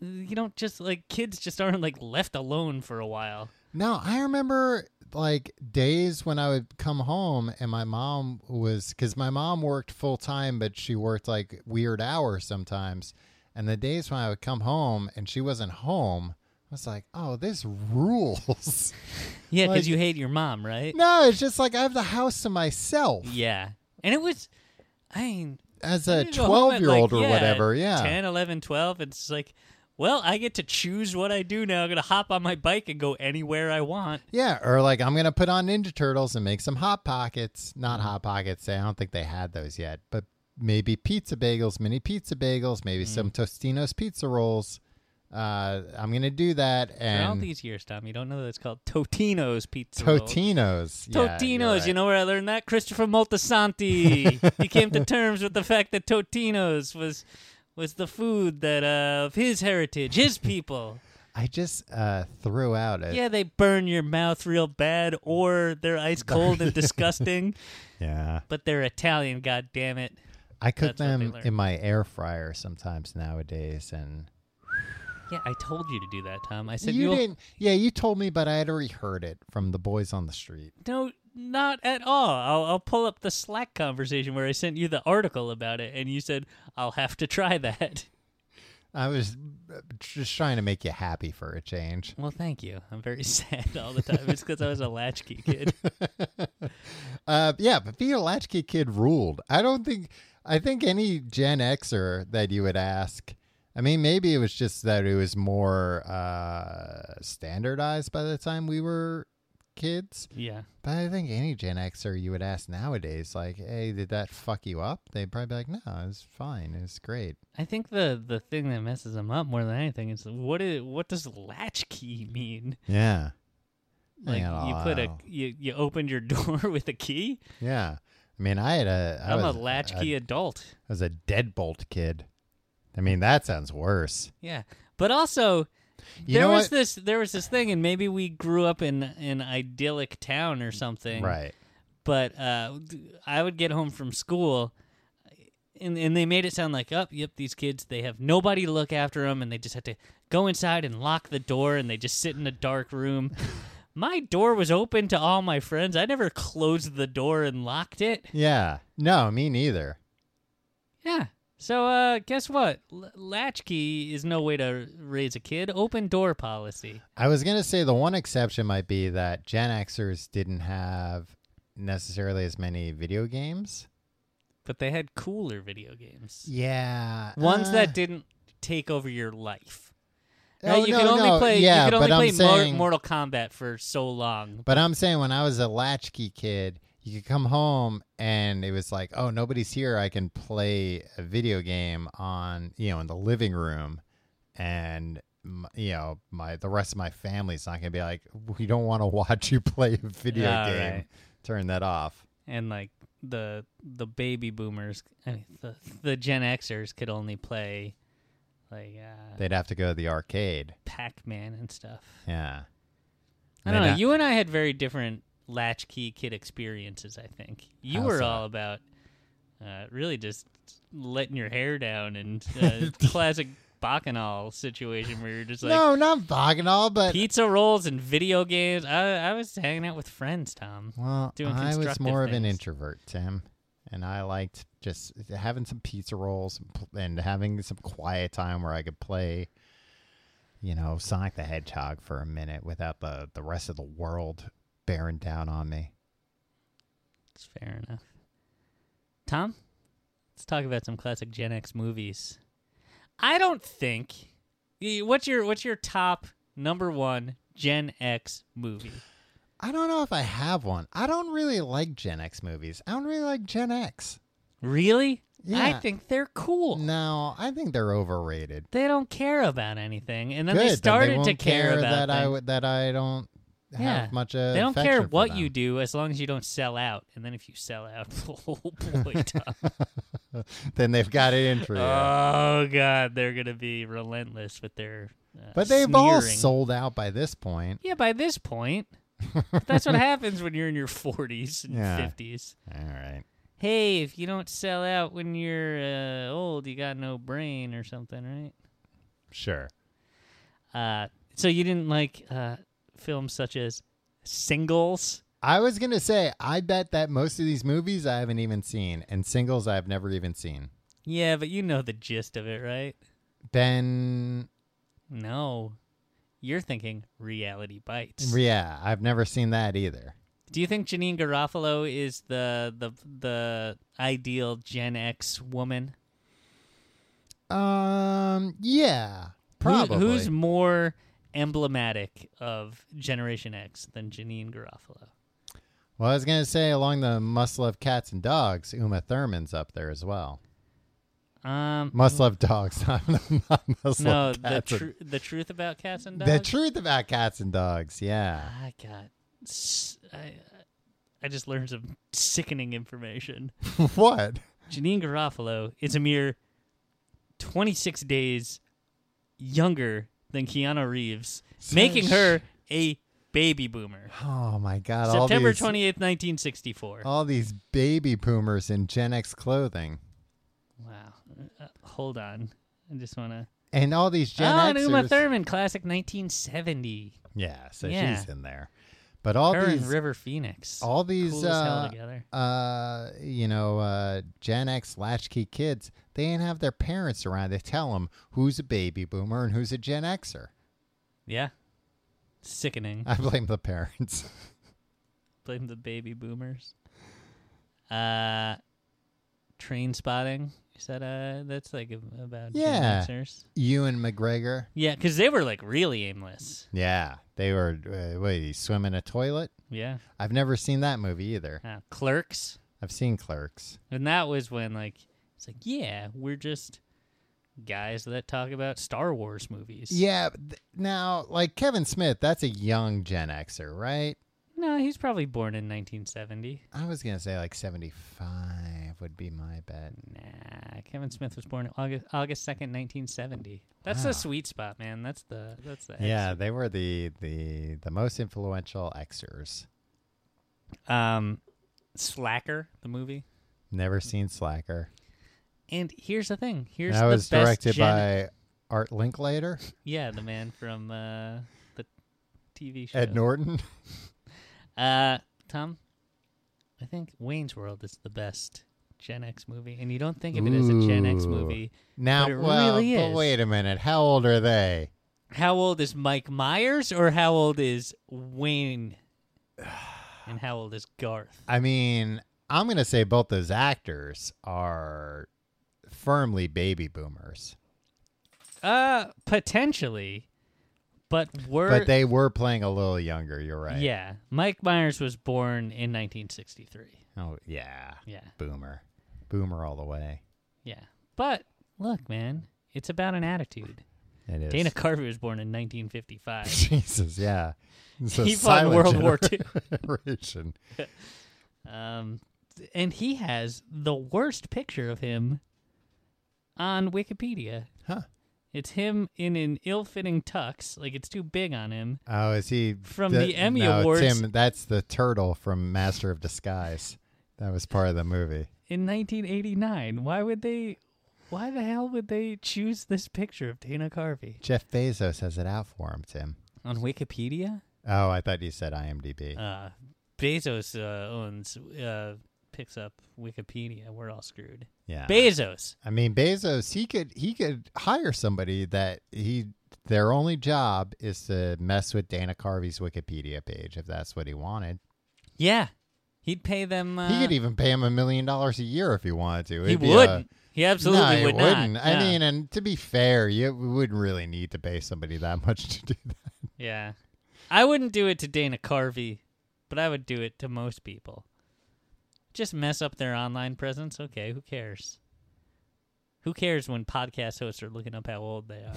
Speaker 3: you don't just, like, kids just aren't, like, left alone for a while.
Speaker 2: No, I remember like days when I would come home and my mom was because my mom worked full time, but she worked like weird hours sometimes. And the days when I would come home and she wasn't home, I was like, oh, this rules.
Speaker 3: Yeah, because
Speaker 2: Like-
Speaker 3: you hate your mom, right?
Speaker 2: no, it's just like I have the house to myself
Speaker 3: Yeah. And it was, I mean,
Speaker 2: as a
Speaker 3: You go home
Speaker 2: 12
Speaker 3: at,
Speaker 2: year old
Speaker 3: like,
Speaker 2: or whatever. Yeah.
Speaker 3: 10 11 12 and it's like well i get to choose what i do now i'm gonna hop on my bike and go anywhere i want
Speaker 2: Yeah, or like I'm gonna put on Ninja Turtles and make some hot pockets. Not
Speaker 3: Mm-hmm.
Speaker 2: hot pockets. I don't think they had those yet, but maybe pizza bagels, mini pizza bagels, maybe
Speaker 3: Mm-hmm.
Speaker 2: some Tostino's pizza rolls. Uh, I'm gonna do that
Speaker 3: For all
Speaker 2: and
Speaker 3: these years tom you don't know that it's called totino's pizza Roll.
Speaker 2: Totino's. Yeah,
Speaker 3: Totino's,
Speaker 2: you're right.
Speaker 3: you know where I learned that? Christopher Moltisanti. he came to terms with the fact that Totino's was was the food that uh, of his heritage, his people.
Speaker 2: I just uh, threw out it.
Speaker 3: Yeah, they burn your mouth real bad, or they're ice cold and disgusting,
Speaker 2: Yeah.
Speaker 3: but they're Italian. God damn it!
Speaker 2: I cook
Speaker 3: That's what they
Speaker 2: them
Speaker 3: learn.
Speaker 2: in my air fryer sometimes nowadays, and
Speaker 3: Yeah, I told you to do that, Tom. I said
Speaker 2: you
Speaker 3: you'll-
Speaker 2: didn't. Yeah, you told me, but I had already heard it from the boys on the street.
Speaker 3: No, not at all. I'll, I'll pull up the Slack conversation where I sent you the article about it, and you said, I'll have to try that.
Speaker 2: I was uh, just trying to make you happy for a change.
Speaker 3: Well, thank you. I'm very sad all the time. It's because I was a latchkey kid.
Speaker 2: Uh, yeah, but being a latchkey kid ruled. I don't think. I think any Gen Xer that you would ask. I mean, maybe it was just that it was more uh, standardized by the time we were kids.
Speaker 3: yeah.
Speaker 2: But I think any Gen Xer you would ask nowadays, like, "Hey, did that fuck you up?" They'd probably be like, "No, it was fine. It was great."
Speaker 3: I think the, the thing that messes them up more than anything is what is, what does latchkey mean?
Speaker 2: Yeah,
Speaker 3: Like
Speaker 2: Yeah, uh,
Speaker 3: you put a
Speaker 2: I'll-
Speaker 3: you, you opened your door with a key.
Speaker 2: yeah. I mean, I had a. I
Speaker 3: I'm
Speaker 2: was uh,
Speaker 3: a latchkey
Speaker 2: A,
Speaker 3: adult.
Speaker 2: I was a deadbolt kid. I mean, that sounds worse.
Speaker 3: Yeah, but also
Speaker 2: You
Speaker 3: there
Speaker 2: know
Speaker 3: was
Speaker 2: what?
Speaker 3: this there was this thing, and maybe we grew up in an idyllic town or something,
Speaker 2: Right.
Speaker 3: but uh, d- I would get home from school, and and they made it sound like, oh, yep, these kids they have nobody to look after them, and they just have to go inside and lock the door, and they just sit in a dark room. My door was open to all my friends. I never closed the door and locked it.
Speaker 2: Yeah. No, me neither.
Speaker 3: Yeah. So, uh, guess what? L- latchkey is no way to raise a kid. Open door policy.
Speaker 2: I was going to say the one exception might be that Gen Xers didn't have necessarily as many video games.
Speaker 3: But they had cooler video games.
Speaker 2: Yeah.
Speaker 3: Ones
Speaker 2: uh,
Speaker 3: that didn't take over your life.
Speaker 2: oh,
Speaker 3: Right? you
Speaker 2: no,
Speaker 3: could only
Speaker 2: no,
Speaker 3: play
Speaker 2: yeah,
Speaker 3: you could only
Speaker 2: but
Speaker 3: play
Speaker 2: I'm
Speaker 3: Mor-
Speaker 2: saying,
Speaker 3: Mortal Kombat for so long.
Speaker 2: But I'm saying when I was a latchkey kid, you could come home and it was like, oh, nobody's here. I can play a video game on, you know, in the living room, and m- you know, my the rest of my family's not gonna be like, we don't want to watch you play a video
Speaker 3: Yeah,
Speaker 2: game.
Speaker 3: right.
Speaker 2: Turn that off.
Speaker 3: And like the the baby boomers I mean, the the Gen Xers could only play like uh,
Speaker 2: They'd have to go to the arcade.
Speaker 3: Pac-Man and stuff.
Speaker 2: Yeah. They
Speaker 3: I don't know.
Speaker 2: not-
Speaker 3: You and I had very different latchkey kid experiences. I think you
Speaker 2: How
Speaker 3: were
Speaker 2: so?
Speaker 3: all about uh, really just letting your hair down and uh, classic bacchanal situation where you're just like
Speaker 2: no, not Bacchanal, but
Speaker 3: pizza rolls and video games. I, I was hanging out with friends, Tom.
Speaker 2: well,
Speaker 3: doing
Speaker 2: I was
Speaker 3: constructive
Speaker 2: more of an
Speaker 3: things.
Speaker 2: introvert, Tim, and I liked just having some pizza rolls and pl- and having some quiet time where I could play, you know, Sonic the Hedgehog for a minute without the the rest of the world bearing down on me.
Speaker 3: It's fair enough. Tom, let's talk about some classic Gen X movies. I don't think. y- What's your what's your top number one Gen X movie?
Speaker 2: I don't know if I have one. I don't really like Gen X movies. I don't really like Gen X.
Speaker 3: Really? I
Speaker 2: Yeah.
Speaker 3: think they're cool.
Speaker 2: No, I think they're overrated.
Speaker 3: They don't care about anything, and then
Speaker 2: Good.
Speaker 3: they
Speaker 2: then
Speaker 3: started
Speaker 2: won't
Speaker 3: to care, about
Speaker 2: that. I
Speaker 3: things.
Speaker 2: would- that I don't have
Speaker 3: Yeah.
Speaker 2: much.
Speaker 3: They don't care
Speaker 2: affection for
Speaker 3: what
Speaker 2: them.
Speaker 3: you do as long as you don't sell out. And then if you sell out, oh boy, Tom.
Speaker 2: then they've got it in for you.
Speaker 3: oh god, they're gonna be relentless with their. Uh,
Speaker 2: but they've all
Speaker 3: sneering.
Speaker 2: sold out by this point.
Speaker 3: Yeah, by this point, But that's what happens when you're in your 40s and
Speaker 2: Yeah.
Speaker 3: 50s.
Speaker 2: All right.
Speaker 3: Hey, if you don't sell out when you're uh, old, you got no brain or something, right?
Speaker 2: Sure.
Speaker 3: Uh, so you didn't like uh, films such as Singles.
Speaker 2: I was going to say, I bet that most of these movies I haven't even seen, and singles I've never even seen.
Speaker 3: Yeah, but you know the gist of it, right?
Speaker 2: Ben,
Speaker 3: No, you're thinking Reality Bites.
Speaker 2: yeah, I've never seen that either.
Speaker 3: Do you think Janine Garofalo is the the the ideal Gen X woman?
Speaker 2: Um, yeah, probably.
Speaker 3: Who, who's more emblematic of Generation X than Janine Garofalo?
Speaker 2: well, I was going to say, along the must love cats and dogs, Uma Thurman's up there as well.
Speaker 3: Um,
Speaker 2: Must love dogs, not, not must
Speaker 3: no,
Speaker 2: love
Speaker 3: the
Speaker 2: cats.
Speaker 3: tr- the truth about cats and
Speaker 2: and,
Speaker 3: dogs.
Speaker 2: the truth about cats and dogs, yeah.
Speaker 3: I got. s- I, I just learned some sickening information.
Speaker 2: what?
Speaker 3: Janine Garofalo is a mere 26 days younger than Keanu Reeves,
Speaker 2: So
Speaker 3: making
Speaker 2: sh-
Speaker 3: her a baby boomer.
Speaker 2: Oh my God!
Speaker 3: September
Speaker 2: all these, Oh.
Speaker 3: 28th, 1964.
Speaker 2: all these baby boomers in Gen X clothing,
Speaker 3: Wow. Uh, hold on. I just want to.
Speaker 2: and all these Gen
Speaker 3: oh, and
Speaker 2: Xers.
Speaker 3: Uma Thurman, classic 1970.
Speaker 2: Yeah, so
Speaker 3: Yeah.
Speaker 2: she's in there. But all
Speaker 3: Her
Speaker 2: these,
Speaker 3: and River Phoenix.
Speaker 2: all these,
Speaker 3: cool as hell
Speaker 2: uh,
Speaker 3: together.
Speaker 2: uh, you know, uh, Gen X latchkey kids, they ain't have their parents around to tell them who's a baby boomer and who's a Gen Xer.
Speaker 3: Yeah. Sickening.
Speaker 2: I blame the parents.
Speaker 3: Blame the baby boomers. Uh, train spotting. Is that uh? That's like ab- about Gen
Speaker 2: Yeah.
Speaker 3: Xers.
Speaker 2: Ewan McGregor.
Speaker 3: Yeah, because they were like really aimless.
Speaker 2: Yeah, they were. Uh, wait, he swim in a toilet?
Speaker 3: Yeah.
Speaker 2: I've never seen that movie either.
Speaker 3: Uh, clerks.
Speaker 2: I've seen Clerks.
Speaker 3: And that was when like it's like yeah, we're just guys that talk about Star Wars movies.
Speaker 2: Yeah. but th- Now, like Kevin Smith, that's a young Gen Xer, right?
Speaker 3: No, he's probably born in 1970.
Speaker 2: I was gonna say like seventy-five would be my bet.
Speaker 3: Nah, Kevin Smith was born August August 2nd, 1970. That's
Speaker 2: Wow.
Speaker 3: the sweet spot, man. That's the that's the
Speaker 2: Yeah, they were the the the most influential Xers.
Speaker 3: Um, Slacker, the movie.
Speaker 2: Never seen Slacker.
Speaker 3: And here's the thing. Here's
Speaker 2: that
Speaker 3: the
Speaker 2: was
Speaker 3: best
Speaker 2: directed
Speaker 3: Gen-
Speaker 2: by Art Linklater.
Speaker 3: yeah, the man from uh, the TV show.
Speaker 2: Ed Norton.
Speaker 3: Uh, Tom, I think Wayne's World is the best Gen X movie, and you don't think of it as a Gen X
Speaker 2: Ooh.
Speaker 3: movie.
Speaker 2: Now,
Speaker 3: But it
Speaker 2: well,
Speaker 3: really
Speaker 2: but
Speaker 3: is.
Speaker 2: wait a minute. How old are they?
Speaker 3: How old is Mike Myers, or how old is Wayne? And how old is Garth?
Speaker 2: I mean, I'm gonna say both those actors are firmly baby boomers,
Speaker 3: Uh, potentially, but were
Speaker 2: but they were playing a little younger. You're right.
Speaker 3: yeah? Mike Myers was born in 1963.
Speaker 2: Oh yeah.
Speaker 3: Yeah,
Speaker 2: Boomer, boomer all the way.
Speaker 3: yeah. But look, man, it's about an attitude.
Speaker 2: It is.
Speaker 3: Dana Carvey was born in 1955.
Speaker 2: Jesus, yeah. It's a
Speaker 3: He fought in
Speaker 2: silent
Speaker 3: World War II.
Speaker 2: generation.
Speaker 3: Um, and he has the worst picture of him on Wikipedia.
Speaker 2: Huh.
Speaker 3: It's him in an ill-fitting tux, like it's too big on him.
Speaker 2: Oh, is he
Speaker 3: From the Emmy
Speaker 2: no,
Speaker 3: Awards.
Speaker 2: Tim, that's the turtle from Master of Disguise. That was part of the movie.
Speaker 3: In 1989, why would they? Why the hell would they choose this picture of Dana Carvey
Speaker 2: Jeff Bezos has it out for him, Tim.
Speaker 3: on Wikipedia?
Speaker 2: Oh, I thought you said IMDb.
Speaker 3: Uh, Bezos uh, owns, uh, picks up Wikipedia. We're all screwed.
Speaker 2: yeah.
Speaker 3: Bezos.
Speaker 2: I mean, Bezos, he could he could hire somebody that he their only job is to mess with Dana Carvey's Wikipedia page if that's what he wanted.
Speaker 3: Yeah, he'd pay them. Uh,
Speaker 2: he could even pay him a million dollars a year if he wanted to.
Speaker 3: He
Speaker 2: It'd be a-
Speaker 3: wouldn't. He absolutely
Speaker 2: no,
Speaker 3: would
Speaker 2: it wouldn't.
Speaker 3: not.
Speaker 2: I
Speaker 3: No.
Speaker 2: mean, and to be fair, you wouldn't really need to pay somebody that much to do that.
Speaker 3: Yeah. I wouldn't do it to Dana Carvey, but I would do it to most people. Just mess up their online presence. Okay, who cares? Who cares when podcast hosts are looking up how old they are?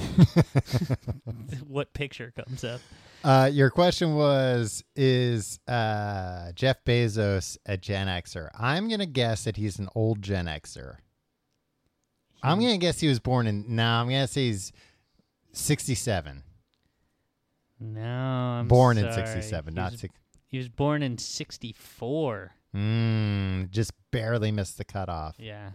Speaker 3: what picture comes up?
Speaker 2: Uh, your question was: Is uh, Jeff Bezos a Gen Xer? I'm gonna guess that he's an old Gen Xer.
Speaker 3: Mm.
Speaker 2: I'm gonna guess he was born in. No, I'm gonna say he's 67.
Speaker 3: No, I'm
Speaker 2: born in
Speaker 3: sorry.
Speaker 2: 67,
Speaker 3: He
Speaker 2: not
Speaker 3: was-
Speaker 2: six.
Speaker 3: He was born in 64.
Speaker 2: Mm, just barely missed the cutoff.
Speaker 3: Yeah.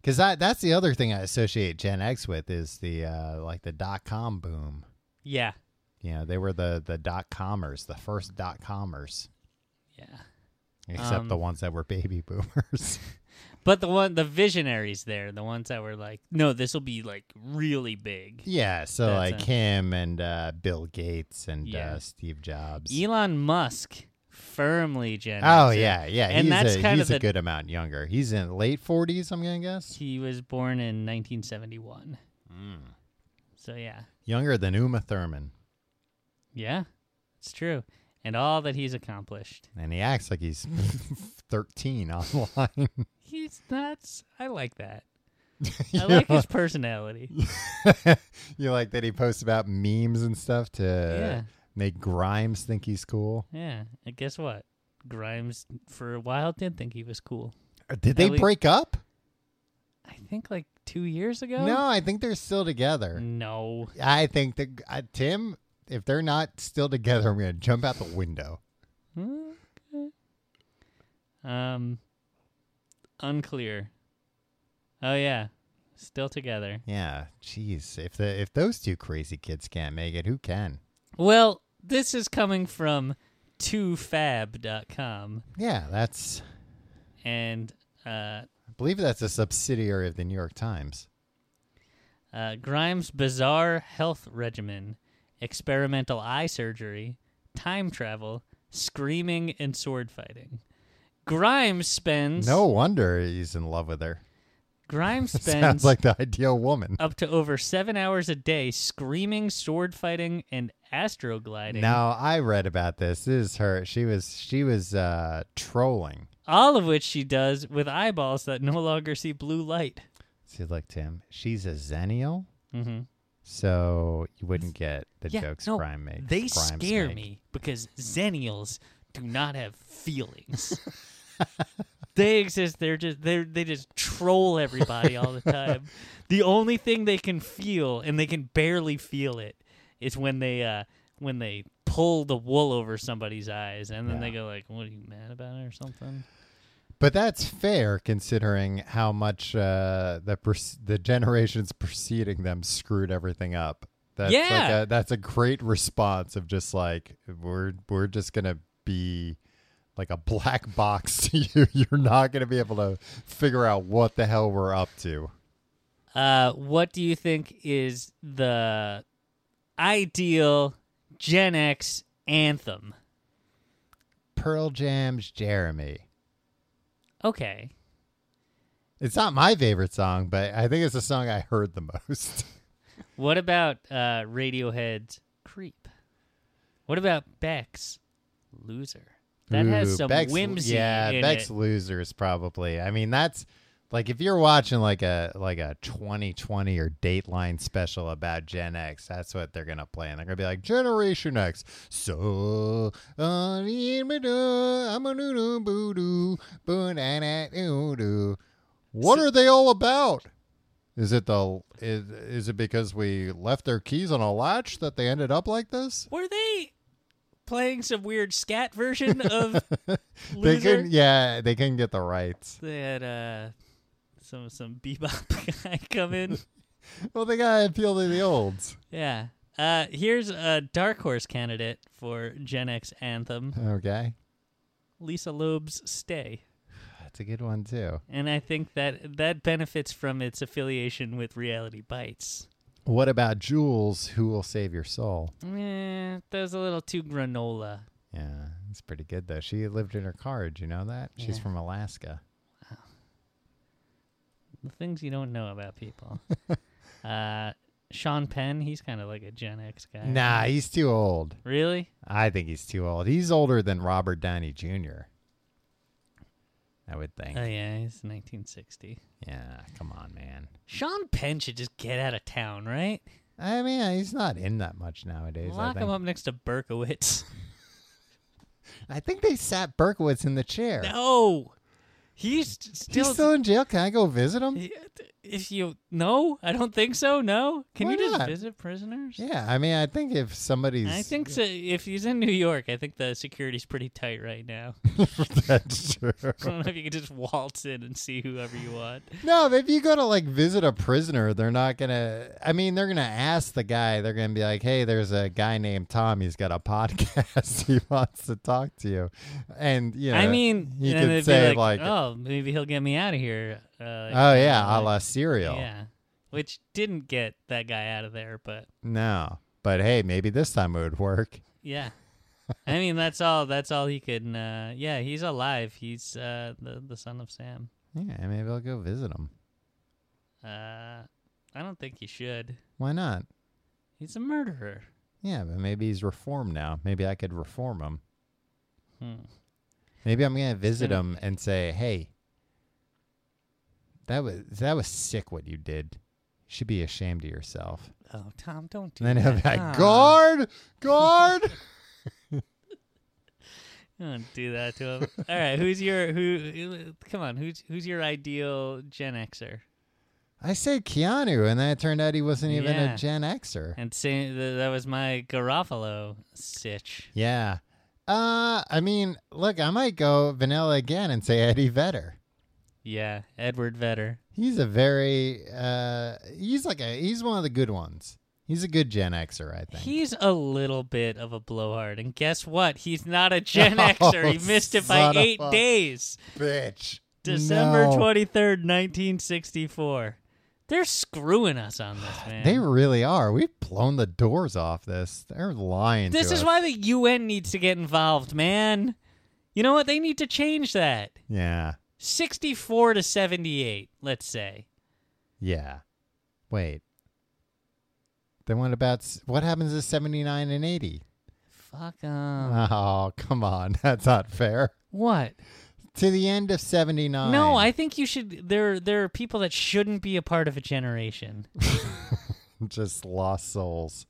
Speaker 2: Because that's the other thing I associate Gen X with is the uh, like the dot com boom.
Speaker 3: Yeah.
Speaker 2: You know, they were the the dot comers, the first dot comers,
Speaker 3: Yeah.
Speaker 2: except the
Speaker 3: Um,
Speaker 2: ones that were baby boomers.
Speaker 3: But the one the visionaries there, the ones that were like, "No, this will be like really big."
Speaker 2: yeah, so
Speaker 3: That's
Speaker 2: like
Speaker 3: it.
Speaker 2: him and uh, Bill Gates and
Speaker 3: Yeah.
Speaker 2: uh, Steve Jobs.
Speaker 3: Elon Musk firmly Gen
Speaker 2: oh
Speaker 3: Xer.
Speaker 2: yeah, yeah.
Speaker 3: And
Speaker 2: he's
Speaker 3: that's
Speaker 2: a,
Speaker 3: kind
Speaker 2: he's
Speaker 3: of
Speaker 2: a
Speaker 3: the-
Speaker 2: good amount younger. He's in late forties, I'm gonna guess.
Speaker 3: He was born in 1971. So yeah,
Speaker 2: Younger than Uma Thurman,
Speaker 3: yeah, it's true. And all that he's accomplished,
Speaker 2: and he acts like he's thirteen online.
Speaker 3: he's nuts. I like that. I like his personality.
Speaker 2: you like that he posts about memes and stuff to
Speaker 3: Yeah.
Speaker 2: make Grimes think he's cool.
Speaker 3: Yeah, and guess what? Grimes for a while did think he was cool.
Speaker 2: Uh, Did they
Speaker 3: Ellie-
Speaker 2: break up?
Speaker 3: I think like two years ago.
Speaker 2: No, I think they're still
Speaker 3: Mm.
Speaker 2: together.
Speaker 3: no.
Speaker 2: I think that uh, Tim, if they're not still together, I'm gonna jump out the window.
Speaker 3: Um, unclear. Oh yeah, still together.
Speaker 2: Yeah, jeez, if the if those two crazy kids can't make it, who can?
Speaker 3: Well, this is coming from 2fab.com,
Speaker 2: Yeah, that's.
Speaker 3: and uh,
Speaker 2: I believe that's a subsidiary of the New York Times.
Speaker 3: uh, Grimes' bizarre health regimen, experimental eye surgery, time travel, screaming, and sword fighting. Grimes spends
Speaker 2: No wonder he's in love with her.
Speaker 3: Grimes
Speaker 2: Sounds
Speaker 3: spends
Speaker 2: like the ideal woman.
Speaker 3: up to over seven hours a day screaming, sword fighting, and astrogliding.
Speaker 2: Now I read about this. This is her. She was she was uh, trolling.
Speaker 3: All of which she does with eyeballs that no longer see blue light.
Speaker 2: See, look, Tim. She's a zennial,
Speaker 3: Mm-hmm.
Speaker 2: so you wouldn't get the
Speaker 3: Yeah,
Speaker 2: jokes
Speaker 3: no,
Speaker 2: Grime makes.
Speaker 3: They
Speaker 2: Grimes
Speaker 3: scare
Speaker 2: make.
Speaker 3: me because Xennials do not have feelings. they exist. They're just they are they just troll everybody all the time. the only thing they can feel, and they can barely feel it, is when they uh when they pull the wool over somebody's eyes, and then they
Speaker 2: Yeah.
Speaker 3: go like, "What are you mad about?" or something.
Speaker 2: But that's fair considering how much uh, the pers- the generations preceding them screwed everything up. That's
Speaker 3: Yeah.
Speaker 2: like a, that's a great response of just like we're we're just gonna be like a black box to you. You're not gonna be able to figure out what the hell we're up to.
Speaker 3: Uh, what do you think is the ideal Gen X anthem?
Speaker 2: Pearl Jam's Jeremy.
Speaker 3: Okay.
Speaker 2: It's not my favorite song, but I think it's the song I heard the most.
Speaker 3: What about uh, Radiohead's Creep? What about Beck's Loser? That has
Speaker 2: Ooh,
Speaker 3: some
Speaker 2: Beck's-
Speaker 3: whimsy
Speaker 2: Yeah,
Speaker 3: in
Speaker 2: Beck's
Speaker 3: it.
Speaker 2: Losers probably. I mean, that's like if you're watching like a like a 2020 or Dateline special about Gen X, that's what they're gonna play, and they're gonna be like Generation X. So uh, I'm a doo doo boo doo boo na na doo doo. What are they all about? Is it the is, is it because we left their keys on a latch that they ended up like this?
Speaker 3: Were they playing some weird scat version of
Speaker 2: They
Speaker 3: Loser?
Speaker 2: couldn't. Yeah, they couldn't get the rights.
Speaker 3: They had uh, some some bebop guy come in.
Speaker 2: Well, they gotta appeal to the olds.
Speaker 3: yeah. Uh, here's a dark horse candidate for Gen X anthem:
Speaker 2: Okay,
Speaker 3: Lisa Loeb's "Stay."
Speaker 2: that's a good one too.
Speaker 3: And I think that that benefits from its affiliation with Reality Bites.
Speaker 2: What about Jules? Who will save your soul?
Speaker 3: Eh, that was a little too granola.
Speaker 2: Yeah, it's pretty good though. She lived in her car. Did you know that? She's
Speaker 3: Yeah.
Speaker 2: from Alaska.
Speaker 3: The things you don't know about people. uh, Sean Penn, he's kind of like a Gen X guy.
Speaker 2: Nah, he's too old.
Speaker 3: Really?
Speaker 2: I think he's too old. He's older than Robert Downey Jr. I would think.
Speaker 3: Oh yeah, he's 1960.
Speaker 2: yeah, come on, man.
Speaker 3: Sean Penn should just get out of town, right?
Speaker 2: I mean, he's not in that much nowadays. I
Speaker 3: Lock him
Speaker 2: think.
Speaker 3: up next to Berkowitz.
Speaker 2: I think they sat Berkowitz in the chair.
Speaker 3: no, he's st- still.
Speaker 2: He's still in jail. Can I go visit him?
Speaker 3: Yeah, th- if you no, I don't think so. No, can
Speaker 2: Why
Speaker 3: you just
Speaker 2: not?
Speaker 3: visit prisoners?
Speaker 2: Yeah, I mean, I think if somebody's,
Speaker 3: I think so. If he's in New York, I think the security's pretty tight right now.
Speaker 2: that's true.
Speaker 3: I don't know if you can just waltz in and see whoever you want.
Speaker 2: No, but if you go to like visit a prisoner, they're not gonna. I mean, they're gonna ask the guy. They're gonna be like, "Hey, there's a guy named Tom. He's got a podcast. he wants to talk to you." And you know,
Speaker 3: I mean,
Speaker 2: you
Speaker 3: and
Speaker 2: could
Speaker 3: they'd
Speaker 2: say
Speaker 3: be
Speaker 2: like,
Speaker 3: like, "Oh, maybe he'll get me out of here." Uh,
Speaker 2: "Oh yeah, a
Speaker 3: like-
Speaker 2: la cereal."
Speaker 3: Yeah, which didn't get that guy out of there, but
Speaker 2: No, but hey, maybe this time it would work.
Speaker 3: yeah. I mean, that's all. That's all he can. Uh, yeah, he's alive. He's uh, the the son of Sam.
Speaker 2: Yeah, maybe I'll go visit him.
Speaker 3: Uh, I don't think he should.
Speaker 2: Why not?
Speaker 3: He's a murderer.
Speaker 2: Yeah, but maybe he's reformed now. Maybe I could reform him.
Speaker 3: Hmm.
Speaker 2: Maybe I'm gonna visit
Speaker 3: gonna-
Speaker 2: him and say, "Hey, that was that was sick. What you did, you should be ashamed of yourself."
Speaker 3: Oh, Tom, don't do
Speaker 2: And then
Speaker 3: that.
Speaker 2: he'll be like,
Speaker 3: Tom,
Speaker 2: "Guard, guard."
Speaker 3: Don't do that to him. all right, who's your who? Come on, who's who's your ideal Gen Xer?
Speaker 2: I said Keanu, and then it turned out he wasn't even
Speaker 3: Yeah.
Speaker 2: a Gen Xer.
Speaker 3: And say, th- that was my Garofalo sitch.
Speaker 2: Yeah. Uh, I mean, look, I might go vanilla again and say Eddie Vedder.
Speaker 3: Yeah, Edward Vedder.
Speaker 2: He's a very uh, he's like a he's one of the good ones. He's a good Gen Xer, I think.
Speaker 3: He's a little bit of a blowhard, and guess what? He's not a Gen
Speaker 2: Oh,
Speaker 3: Xer. He missed it by
Speaker 2: son of
Speaker 3: eight
Speaker 2: a-
Speaker 3: days.
Speaker 2: Bitch.
Speaker 3: December
Speaker 2: No.
Speaker 3: twenty third, nineteen sixty four. They're screwing us on this, man.
Speaker 2: They really are. We've blown the doors off this. They're lying.
Speaker 3: this
Speaker 2: to
Speaker 3: is
Speaker 2: us.
Speaker 3: why the UN needs to get involved, man. You know what? They need to change that.
Speaker 2: Yeah.
Speaker 3: Sixty four to seventy eight, let's say.
Speaker 2: Yeah. Wait. Then what about s- what happens to seventy nine and eighty?
Speaker 3: Fuck 'em.
Speaker 2: Oh, come on, that's not fair.
Speaker 3: what?
Speaker 2: To the end of seventy nine.
Speaker 3: No, I think you should. There, there are people that shouldn't be a part of a generation.
Speaker 2: just lost souls,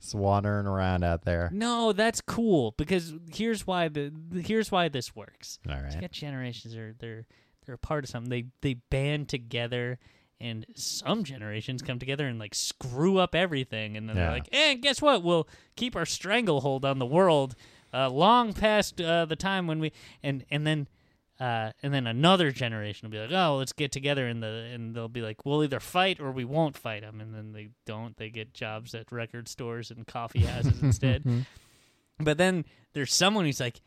Speaker 2: just wandering around out there.
Speaker 3: No, that's cool because here's why the here's why this works.
Speaker 2: All
Speaker 3: You
Speaker 2: right.
Speaker 3: got generations are they're they're a part of something. They they band together and some generations come together and like screw up everything and then
Speaker 2: Yeah.
Speaker 3: they're like, "And guess what? We'll keep our stranglehold on the world uh, long past uh, the time when we and and then Uh, and then another generation will be like, "Oh, let's get together," and the and they'll be like, "We'll either fight or we won't fight them." And then they don't. They get jobs at record stores and coffee houses instead. But then there's someone who's like,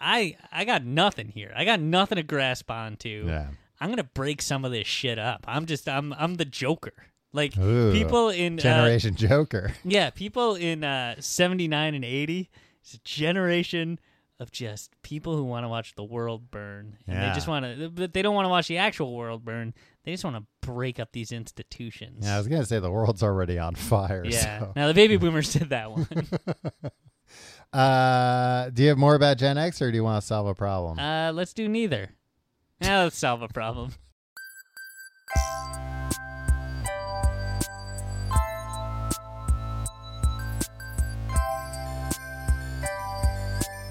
Speaker 3: "I I got nothing here. I got nothing to grasp onto.
Speaker 2: Yeah.
Speaker 3: I'm gonna break some of this shit up. I'm just I'm I'm the Joker. Like
Speaker 2: Ooh,
Speaker 3: people in uh,
Speaker 2: Generation Joker.
Speaker 3: yeah, people in uh, 79 and 80, it's a generation of just people who want to watch the world burn. And
Speaker 2: Yeah.
Speaker 3: they just want to, but they don't want to watch the actual world burn. They just want to break up these institutions.
Speaker 2: Yeah, I was gonna say the world's already on fire.
Speaker 3: Yeah.
Speaker 2: so.
Speaker 3: Now, the baby boomers did that one.
Speaker 2: Uh, do you have more about Gen X, or do you want to solve a problem?
Speaker 3: uh, let's do neither. Now, let's solve a problem.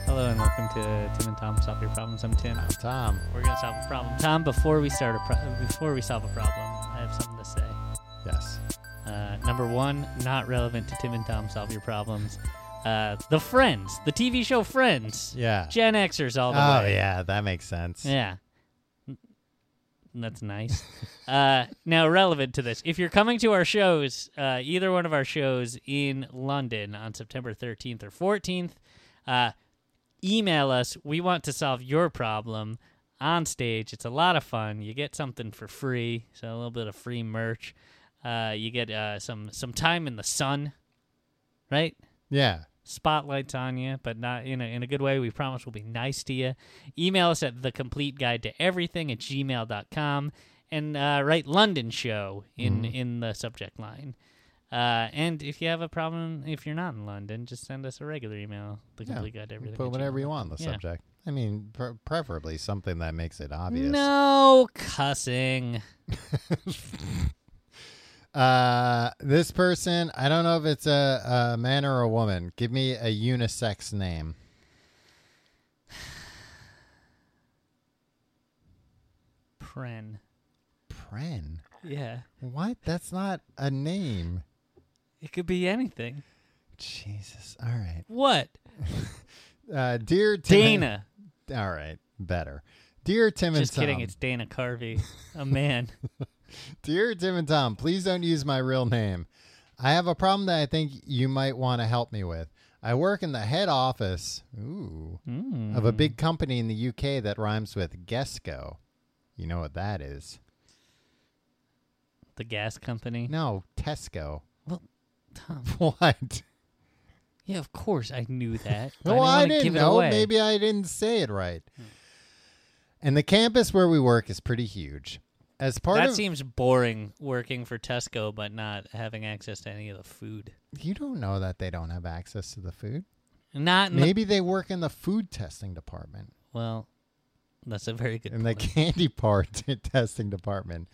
Speaker 3: Hello and welcome to Tim and Tom Solve Your Problems. I'm Tim.
Speaker 2: Tom.
Speaker 3: We're gonna solve a problem, Tom. Before we start a pro- before we solve a problem, I have something to say.
Speaker 2: Yes.
Speaker 3: Uh, number one, not relevant to Tim and Tom solve your problems. Uh, the Friends, the TV show Friends.
Speaker 2: Yeah.
Speaker 3: Gen Xers all the
Speaker 2: Oh
Speaker 3: way.
Speaker 2: yeah, that makes sense.
Speaker 3: Yeah. That's nice. uh, now, relevant to this, if you're coming to our shows, uh, either one of our shows in London on September 13th or 14th, uh, email us. We want to solve your problem on stage. It's a lot of fun. You get something for free, so a little bit of free merch. Uh, you get uh, some some time in the sun, right?
Speaker 2: Yeah.
Speaker 3: spotlights on you, but not in a, in a good way. We promise we'll be nice to you. Email us at the complete guide to everything at gmail.com and uh, write London show in,
Speaker 2: Mm-hmm.
Speaker 3: in the subject line. Uh, and if you have a problem, if you're not in London, just send us a regular email. The
Speaker 2: Yeah.
Speaker 3: complete guide to everything.
Speaker 2: Put
Speaker 3: at
Speaker 2: whatever you want on the
Speaker 3: Yeah.
Speaker 2: subject. I mean, pre- preferably something that makes it obvious.
Speaker 3: No cussing.
Speaker 2: Uh, this person, I don't know if it's a, a man or a woman. Give me a unisex name.
Speaker 3: Pren.
Speaker 2: Pren.
Speaker 3: Yeah.
Speaker 2: What? That's not a name.
Speaker 3: It could be anything.
Speaker 2: Jesus. All right.
Speaker 3: What?
Speaker 2: Uh, dear Tim and-
Speaker 3: Dana.
Speaker 2: All right. Better. Dear Tim
Speaker 3: Just
Speaker 2: and Tom.
Speaker 3: kidding. It's Dana Carvey, a man.
Speaker 2: Dear Tim and Tom, please don't use my real name. I have a problem that I think you might want to help me with. I work in the head office ooh, of a
Speaker 3: Hmm.
Speaker 2: big company in the UK that rhymes with Gesco. You know what that is?
Speaker 3: the gas company.
Speaker 2: No, Tesco.
Speaker 3: Well, Tom.
Speaker 2: What?
Speaker 3: Yeah, of course I knew that. but
Speaker 2: well, I
Speaker 3: wanna
Speaker 2: didn't
Speaker 3: give it
Speaker 2: know.
Speaker 3: away.
Speaker 2: Maybe I didn't say it right. And the campus where we work is pretty huge. As part
Speaker 3: that
Speaker 2: of
Speaker 3: seems boring working for Tesco but not having access to any of the food.
Speaker 2: you don't know that they don't have access to the food.
Speaker 3: Not in the-
Speaker 2: Maybe they work in the food testing department.
Speaker 3: well. That's a very good.
Speaker 2: in the
Speaker 3: Point.
Speaker 2: candy bar t- testing department.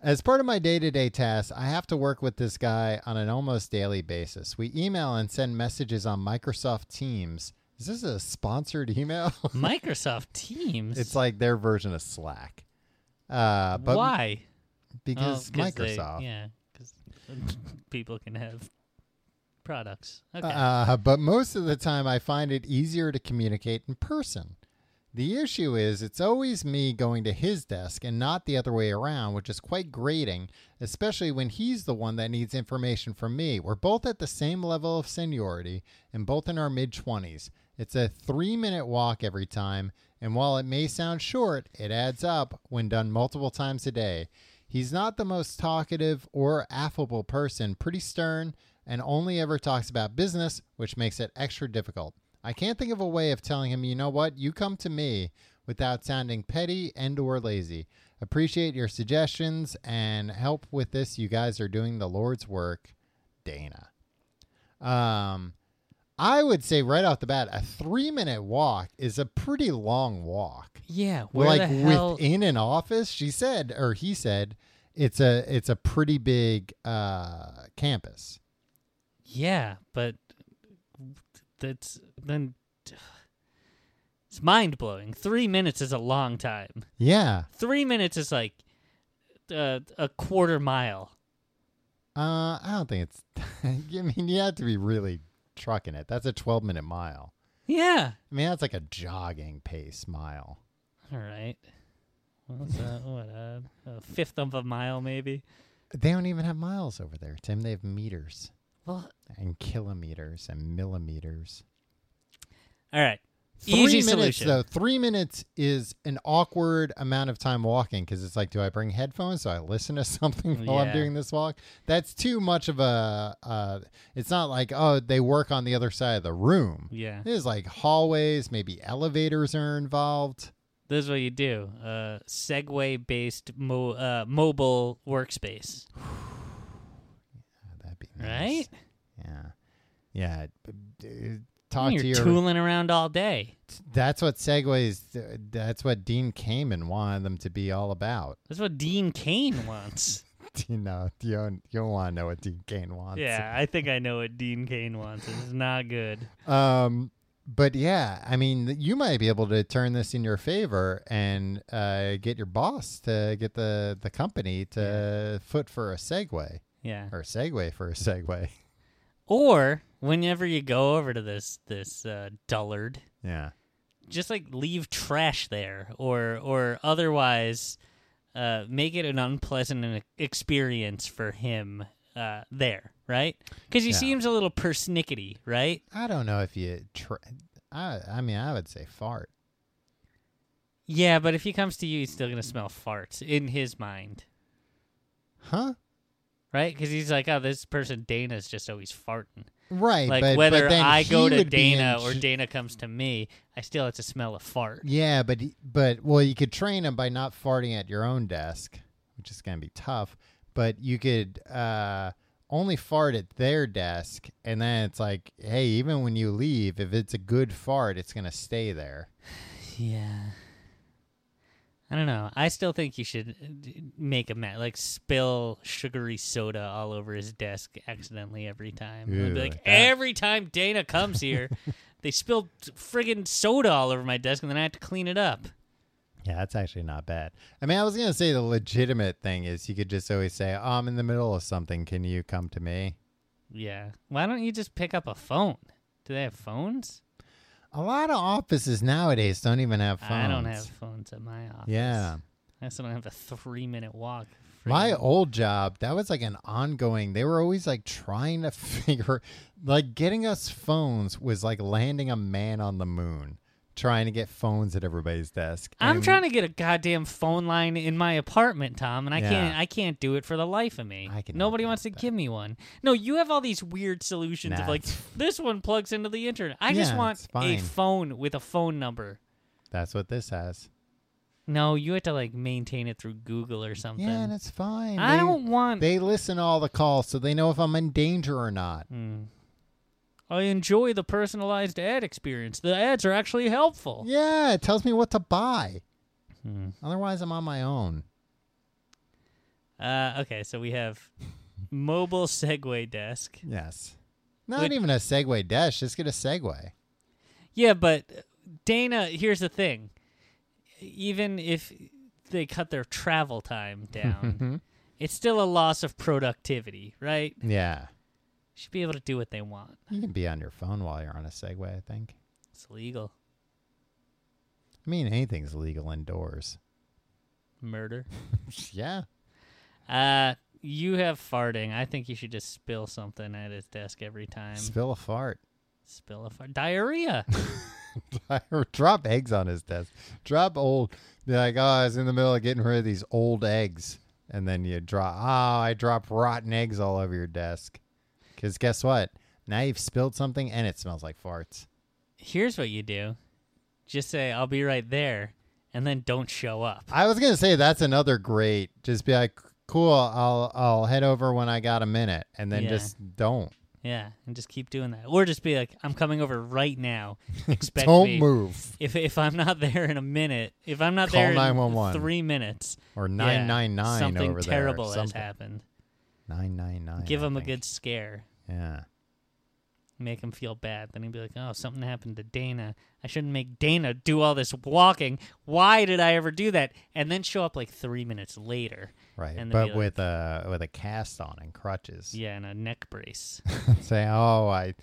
Speaker 2: As part of my day to day tasks, I have to work with this guy on an almost daily basis. We email and send messages on Microsoft Teams. Is this a sponsored email?
Speaker 3: Microsoft Teams.
Speaker 2: it's like their version of Slack. Uh, but
Speaker 3: why? Oh,
Speaker 2: Because
Speaker 3: 'cause they-
Speaker 2: Microsoft.
Speaker 3: yeah, because people can have products. Okay.
Speaker 2: Uh, but most of the time, I find it easier to communicate in person. The issue is, it's always me going to his desk and not the other way around, which is quite grating, especially when he's the one that needs information from me. We're both at the same level of seniority and both in our mid 20s. It's a three minute walk every time, and while it may sound short, it adds up when done multiple times a day. He's not the most talkative or affable person, pretty stern, and only ever talks about business, which makes it extra difficult. I can't think of a way of telling him, you know what, you come to me without sounding petty and or lazy. Appreciate your suggestions and help with this. You guys are doing the Lord's work, Dana. Um I would say right off the bat, a three minute walk is a pretty long walk
Speaker 3: yeah. Where
Speaker 2: like
Speaker 3: the hell?
Speaker 2: within an office she said or he said it's a it's a pretty big uh campus
Speaker 3: Yeah, but that's then. It's mind blowing. Three minutes is a long time.
Speaker 2: yeah
Speaker 3: Three minutes is like uh, a quarter mile.
Speaker 2: uh i don't think it's i mean you have to be really trucking it that's a 12 minute mile
Speaker 3: Yeah.
Speaker 2: i mean that's like a jogging pace mile
Speaker 3: All right. What's that? What uh, a fifth of a mile, maybe.
Speaker 2: They don't even have miles over there, Tim. They have meters
Speaker 3: Well,
Speaker 2: and kilometers and millimeters.
Speaker 3: all right.
Speaker 2: Three
Speaker 3: Easy
Speaker 2: minutes,
Speaker 3: solution.
Speaker 2: though. Three minutes is an awkward amount of time walking because it's like, do I bring headphones? Do I listen to something while I'm
Speaker 3: Mm, Yeah.
Speaker 2: doing this walk? That's too much of a. Uh, it's not like oh, they work on the other side of the room.
Speaker 3: Yeah.
Speaker 2: There's like hallways, maybe elevators are involved.
Speaker 3: This is what you do. Uh, Segway based mo- uh, mobile workspace.
Speaker 2: Oh, That'd be
Speaker 3: Right?
Speaker 2: nice. Yeah, yeah. b- d- uh, Talk
Speaker 3: You're
Speaker 2: to your.
Speaker 3: tooling around all day.
Speaker 2: that's what segways. That's what Dean Kamen wanted them to be all about.
Speaker 3: That's what Dean Kane wants.
Speaker 2: You know, you don't, you don't want to know what Dean Kamen wants.
Speaker 3: yeah, I think I know what Dean Kane wants. It's not good.
Speaker 2: Um, but yeah, I mean, th- you might be able to turn this in your favor and uh, get your boss to get the the company to foot for a segue
Speaker 3: Yeah.
Speaker 2: or segue for a segue.
Speaker 3: Or whenever you go over to this this uh, dullard,
Speaker 2: Yeah.
Speaker 3: just like leave trash there, or or otherwise, uh, make it an unpleasant e- experience for him uh, there, right? Because he
Speaker 2: Yeah.
Speaker 3: seems a little persnickety, right?
Speaker 2: I don't know if you. Tr- I I mean, I would say fart.
Speaker 3: Yeah, but if he comes to you, he's still gonna smell farts in his mind,
Speaker 2: Huh?
Speaker 3: right? Because he's like, oh, this person Dana's just always farting.
Speaker 2: Right.
Speaker 3: Like
Speaker 2: but, but
Speaker 3: whether
Speaker 2: then
Speaker 3: I
Speaker 2: he
Speaker 3: go to
Speaker 2: would be in
Speaker 3: Dana or
Speaker 2: ch-
Speaker 3: Dana comes to me, I still have to smell a fart.
Speaker 2: Yeah, but but well, you could train him by not farting at your own desk, which is gonna be tough. But you could uh, only fart at their desk, and then it's like, hey, even when you leave, if it's a good fart, it's gonna stay there.
Speaker 3: Yeah. I don't know. I still think you should uh, d- make a mat, like spill sugary soda all over his desk accidentally every time. It'd
Speaker 2: Ew,
Speaker 3: be like
Speaker 2: that-
Speaker 3: every time Dana comes here, they spilled friggin' soda all over my desk, and then I have to clean it up.
Speaker 2: Yeah, that's actually not bad. I mean, I was gonna say the legitimate thing is you could just always say, oh, I'm in the middle of something. Can you come to me?
Speaker 3: Yeah. Why don't you just pick up a phone? Do they have phones?
Speaker 2: A lot of offices nowadays don't even have phones.
Speaker 3: I don't have phones at my office.
Speaker 2: Yeah.
Speaker 3: I still don't have a three-minute walk.
Speaker 2: My
Speaker 3: friggin'
Speaker 2: old job, that was like an ongoing. They were always like trying to figure, like getting us phones was like landing a man on the moon, trying to get phones at everybody's desk.
Speaker 3: I'm
Speaker 2: And
Speaker 3: trying to get a goddamn phone line in my apartment, Tom, and I
Speaker 2: Yeah.
Speaker 3: can't. I can't do it for the life of me.
Speaker 2: I can help
Speaker 3: Nobody
Speaker 2: you
Speaker 3: wants to
Speaker 2: with that.
Speaker 3: give me one. No, you have all these weird solutions of
Speaker 2: Nah,
Speaker 3: like
Speaker 2: it's-
Speaker 3: this one plugs into the internet. I just
Speaker 2: Yeah,
Speaker 3: want
Speaker 2: it's
Speaker 3: a
Speaker 2: fine.
Speaker 3: phone with a phone number.
Speaker 2: That's what this has.
Speaker 3: No, you have to like maintain it through Google or something.
Speaker 2: Yeah, and it's fine.
Speaker 3: I
Speaker 2: They-
Speaker 3: don't want.
Speaker 2: They listen to all the calls, so they know if I'm in danger or not.
Speaker 3: Mm. I enjoy the personalized ad experience. The ads are actually helpful.
Speaker 2: Yeah, it tells me what to buy.
Speaker 3: Hmm.
Speaker 2: Otherwise, I'm on my own.
Speaker 3: Uh, okay, so we have mobile Segway desk.
Speaker 2: Yes. Not
Speaker 3: Would-
Speaker 2: even a Segway dash. Just get a Segway.
Speaker 3: Yeah, but Dana, here's the thing. Even if they cut their travel time down, it's still a loss of productivity, right?
Speaker 2: Yeah,
Speaker 3: Should be able to do what they want.
Speaker 2: you can be on your phone while you're on a Segway. I think.
Speaker 3: It's legal.
Speaker 2: I mean, anything's legal indoors.
Speaker 3: Murder.
Speaker 2: Yeah.
Speaker 3: Uh you have farting. I think you should just spill something at his desk every time.
Speaker 2: Spill a fart.
Speaker 3: spill a fart. Diarrhea.
Speaker 2: Drop eggs on his desk. Drop old. Be like, oh, I was in the middle of getting rid of these old eggs. And then you drop, oh, I drop rotten eggs all over your desk. Because guess what? Now you've spilled something and it smells like farts.
Speaker 3: here's what you do. Just say, I'll be right there, and then don't show up.
Speaker 2: I was going to say that's another great. Just be like, cool, I'll, I'll head over when I got a minute. And then
Speaker 3: Yeah.
Speaker 2: just don't.
Speaker 3: Yeah, and just keep doing that. Or just be like, I'm coming over right now. Expect
Speaker 2: don't
Speaker 3: me.
Speaker 2: move.
Speaker 3: If if I'm not there in a minute, if I'm not
Speaker 2: Call
Speaker 3: there in
Speaker 2: 911.
Speaker 3: three minutes,
Speaker 2: Or
Speaker 3: yeah,
Speaker 2: 999
Speaker 3: something
Speaker 2: over
Speaker 3: terrible
Speaker 2: there.
Speaker 3: has
Speaker 2: Something-
Speaker 3: happened.
Speaker 2: 999.
Speaker 3: Give
Speaker 2: I
Speaker 3: him a
Speaker 2: think.
Speaker 3: good scare,
Speaker 2: Yeah.
Speaker 3: make him feel bad. Then he'd be like, "Oh, something happened to Dana. I shouldn't make Dana do all this walking. Why did I ever do that?" And then show up like three minutes later,
Speaker 2: Right,
Speaker 3: And then
Speaker 2: but
Speaker 3: be like-
Speaker 2: with a with a cast on and crutches.
Speaker 3: yeah, in a neck brace.
Speaker 2: Say, oh, I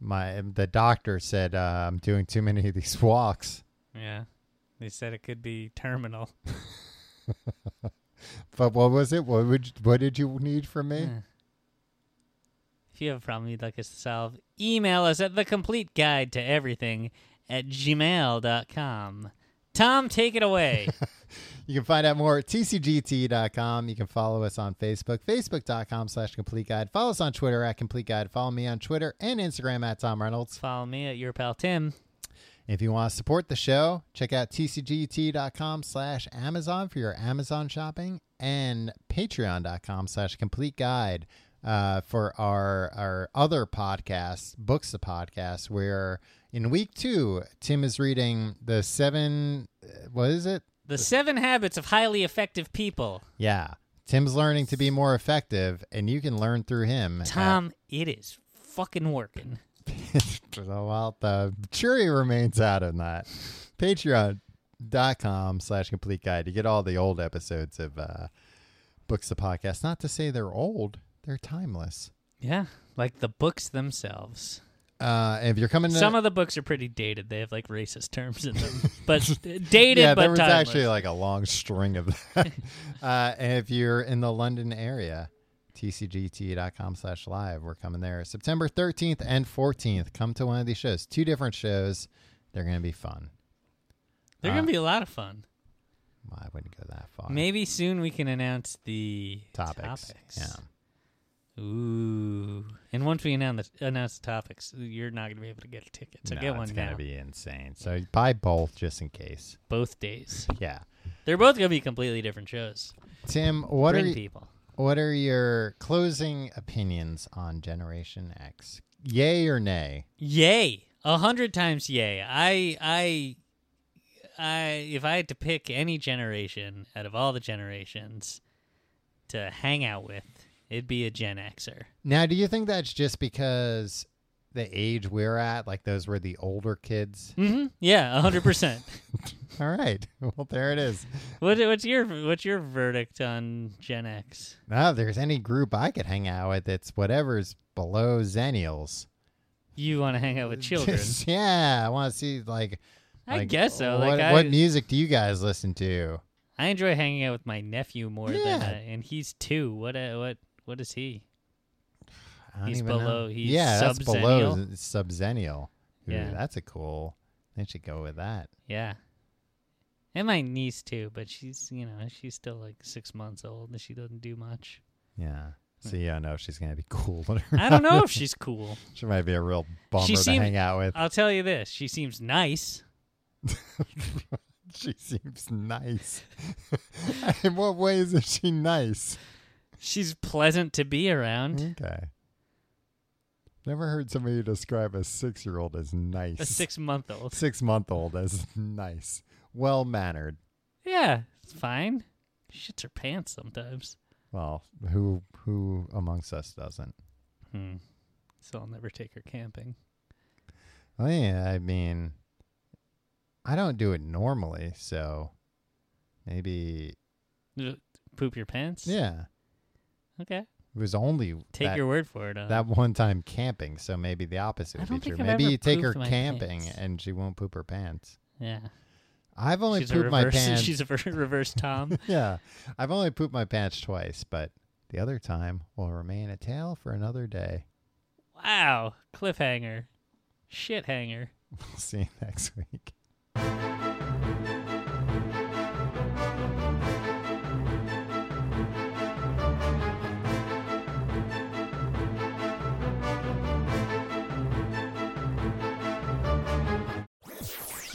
Speaker 2: my the doctor said uh, I'm doing too many of these walks.
Speaker 3: yeah, They said it could be terminal.
Speaker 2: But what was it? What would what did you need from me?
Speaker 3: If you have a problem you'd like us to solve, email us at the complete guide to everything at gmail.com. Tom, take it away.
Speaker 2: You can find out more at tcgt.com. You can follow us on Facebook, facebook.com slash complete guide. Follow us on Twitter at complete guide. Follow me on Twitter and Instagram at Tom Reynolds.
Speaker 3: Follow me at your pal Tim.
Speaker 2: If you want to support the show, check out tcgt.com slash Amazon for your Amazon shopping and patreon.com slash complete guide uh, for our, our other podcast, Books the Podcast, where in week two, Tim is reading the seven, what is it?
Speaker 3: The seven habits of highly effective people.
Speaker 2: Yeah. Tim's learning to be more effective, and you can learn through him. at-
Speaker 3: Tom, it is fucking working.
Speaker 2: well, the jury remains out on that. Patreon.com slash complete guide to get all the old episodes of uh, Books the Podcast. Not to say they're old, they're timeless.
Speaker 3: Yeah, like the books themselves.
Speaker 2: Uh, if you're coming to
Speaker 3: Some of the books are pretty dated. They have like racist terms in them, but uh, dated
Speaker 2: yeah,
Speaker 3: but
Speaker 2: there was
Speaker 3: timeless.
Speaker 2: actually like a long string of that. uh, and if you're in the London area, tcgt.com slash live. We're coming there September 13th and 14th. Come to one of these shows. Two different shows. They're going to be fun.
Speaker 3: They're
Speaker 2: uh,
Speaker 3: gonna be a lot of fun.
Speaker 2: Well, I wouldn't go that far.
Speaker 3: Maybe soon we can announce the
Speaker 2: Topics. Yeah.
Speaker 3: Ooh. And once we announce the, announce the topics, you're not going to be able to get a ticket. So
Speaker 2: No,
Speaker 3: get one
Speaker 2: it's
Speaker 3: now.
Speaker 2: to be insane. So buy both just in case.
Speaker 3: both days.
Speaker 2: Yeah.
Speaker 3: They're both going to be completely different shows.
Speaker 2: Tim, what
Speaker 3: Bring
Speaker 2: are y-
Speaker 3: people.
Speaker 2: what are your closing opinions on Generation X? Yay or nay?
Speaker 3: Yay. A hundred times yay. I, I, I, if I had to pick any generation out of all the generations to hang out with, it'd be a Gen Xer.
Speaker 2: Now, do you think that's just because the age we're at, like those were the older kids?
Speaker 3: Mm-hmm. Yeah, a hundred percent.
Speaker 2: All right. Well, there it is.
Speaker 3: What, what's your, what's your verdict on Gen X?
Speaker 2: Now, if there's any group I could hang out with, it's whatever's below Xennials.
Speaker 3: You want to hang out with children.
Speaker 2: Just- yeah. I want to see, like,
Speaker 3: I
Speaker 2: like,
Speaker 3: guess so.
Speaker 2: What,
Speaker 3: Like I,
Speaker 2: what music do you guys listen to?
Speaker 3: I enjoy hanging out with my nephew more than,
Speaker 2: Yeah.
Speaker 3: uh, and he's two. What uh, what what is he?
Speaker 2: I don't
Speaker 3: He's
Speaker 2: even know.
Speaker 3: below- he's
Speaker 2: yeah, that's below
Speaker 3: sub-Xennial.
Speaker 2: subzennial.
Speaker 3: Yeah.
Speaker 2: that's a cool. They should go with that.
Speaker 3: Yeah, and my niece too, but she's you know she's still like six months old and she doesn't do much.
Speaker 2: Yeah. So you don't know if she's gonna be cool. or
Speaker 3: Hmm. I
Speaker 2: not.
Speaker 3: don't know if she's cool.
Speaker 2: she might be a real bummer to
Speaker 3: seemed-
Speaker 2: hang out with.
Speaker 3: I'll tell you this: she seems nice.
Speaker 2: she seems nice. In what way is she nice?
Speaker 3: She's pleasant to be around.
Speaker 2: Okay. Never heard somebody describe a six-year-old as nice.
Speaker 3: A six month old.
Speaker 2: six-month-old as nice, well mannered.
Speaker 3: Yeah, it's fine. She shits her pants sometimes.
Speaker 2: Well, who who amongst us doesn't?
Speaker 3: Hmm. So I'll never take her camping.
Speaker 2: Well, Oh, yeah, I mean, I don't do it normally, so maybe
Speaker 3: Poop your pants.
Speaker 2: yeah.
Speaker 3: Okay.
Speaker 2: It was only
Speaker 3: Take
Speaker 2: that,
Speaker 3: your word for it. uh,
Speaker 2: that one time camping, so maybe the opposite
Speaker 3: I
Speaker 2: would
Speaker 3: don't
Speaker 2: be true.
Speaker 3: think I've
Speaker 2: Maybe
Speaker 3: ever
Speaker 2: you take her
Speaker 3: pooped my
Speaker 2: camping
Speaker 3: pants.
Speaker 2: and she won't poop her pants.
Speaker 3: yeah.
Speaker 2: I've only
Speaker 3: she's a
Speaker 2: pooped my
Speaker 3: reverse.
Speaker 2: pants.
Speaker 3: She's a ver- reverse Tom.
Speaker 2: yeah, I've only pooped my pants twice, but the other time will remain a tale for another day.
Speaker 3: wow, cliffhanger, shit hanger.
Speaker 2: We'll see you next week.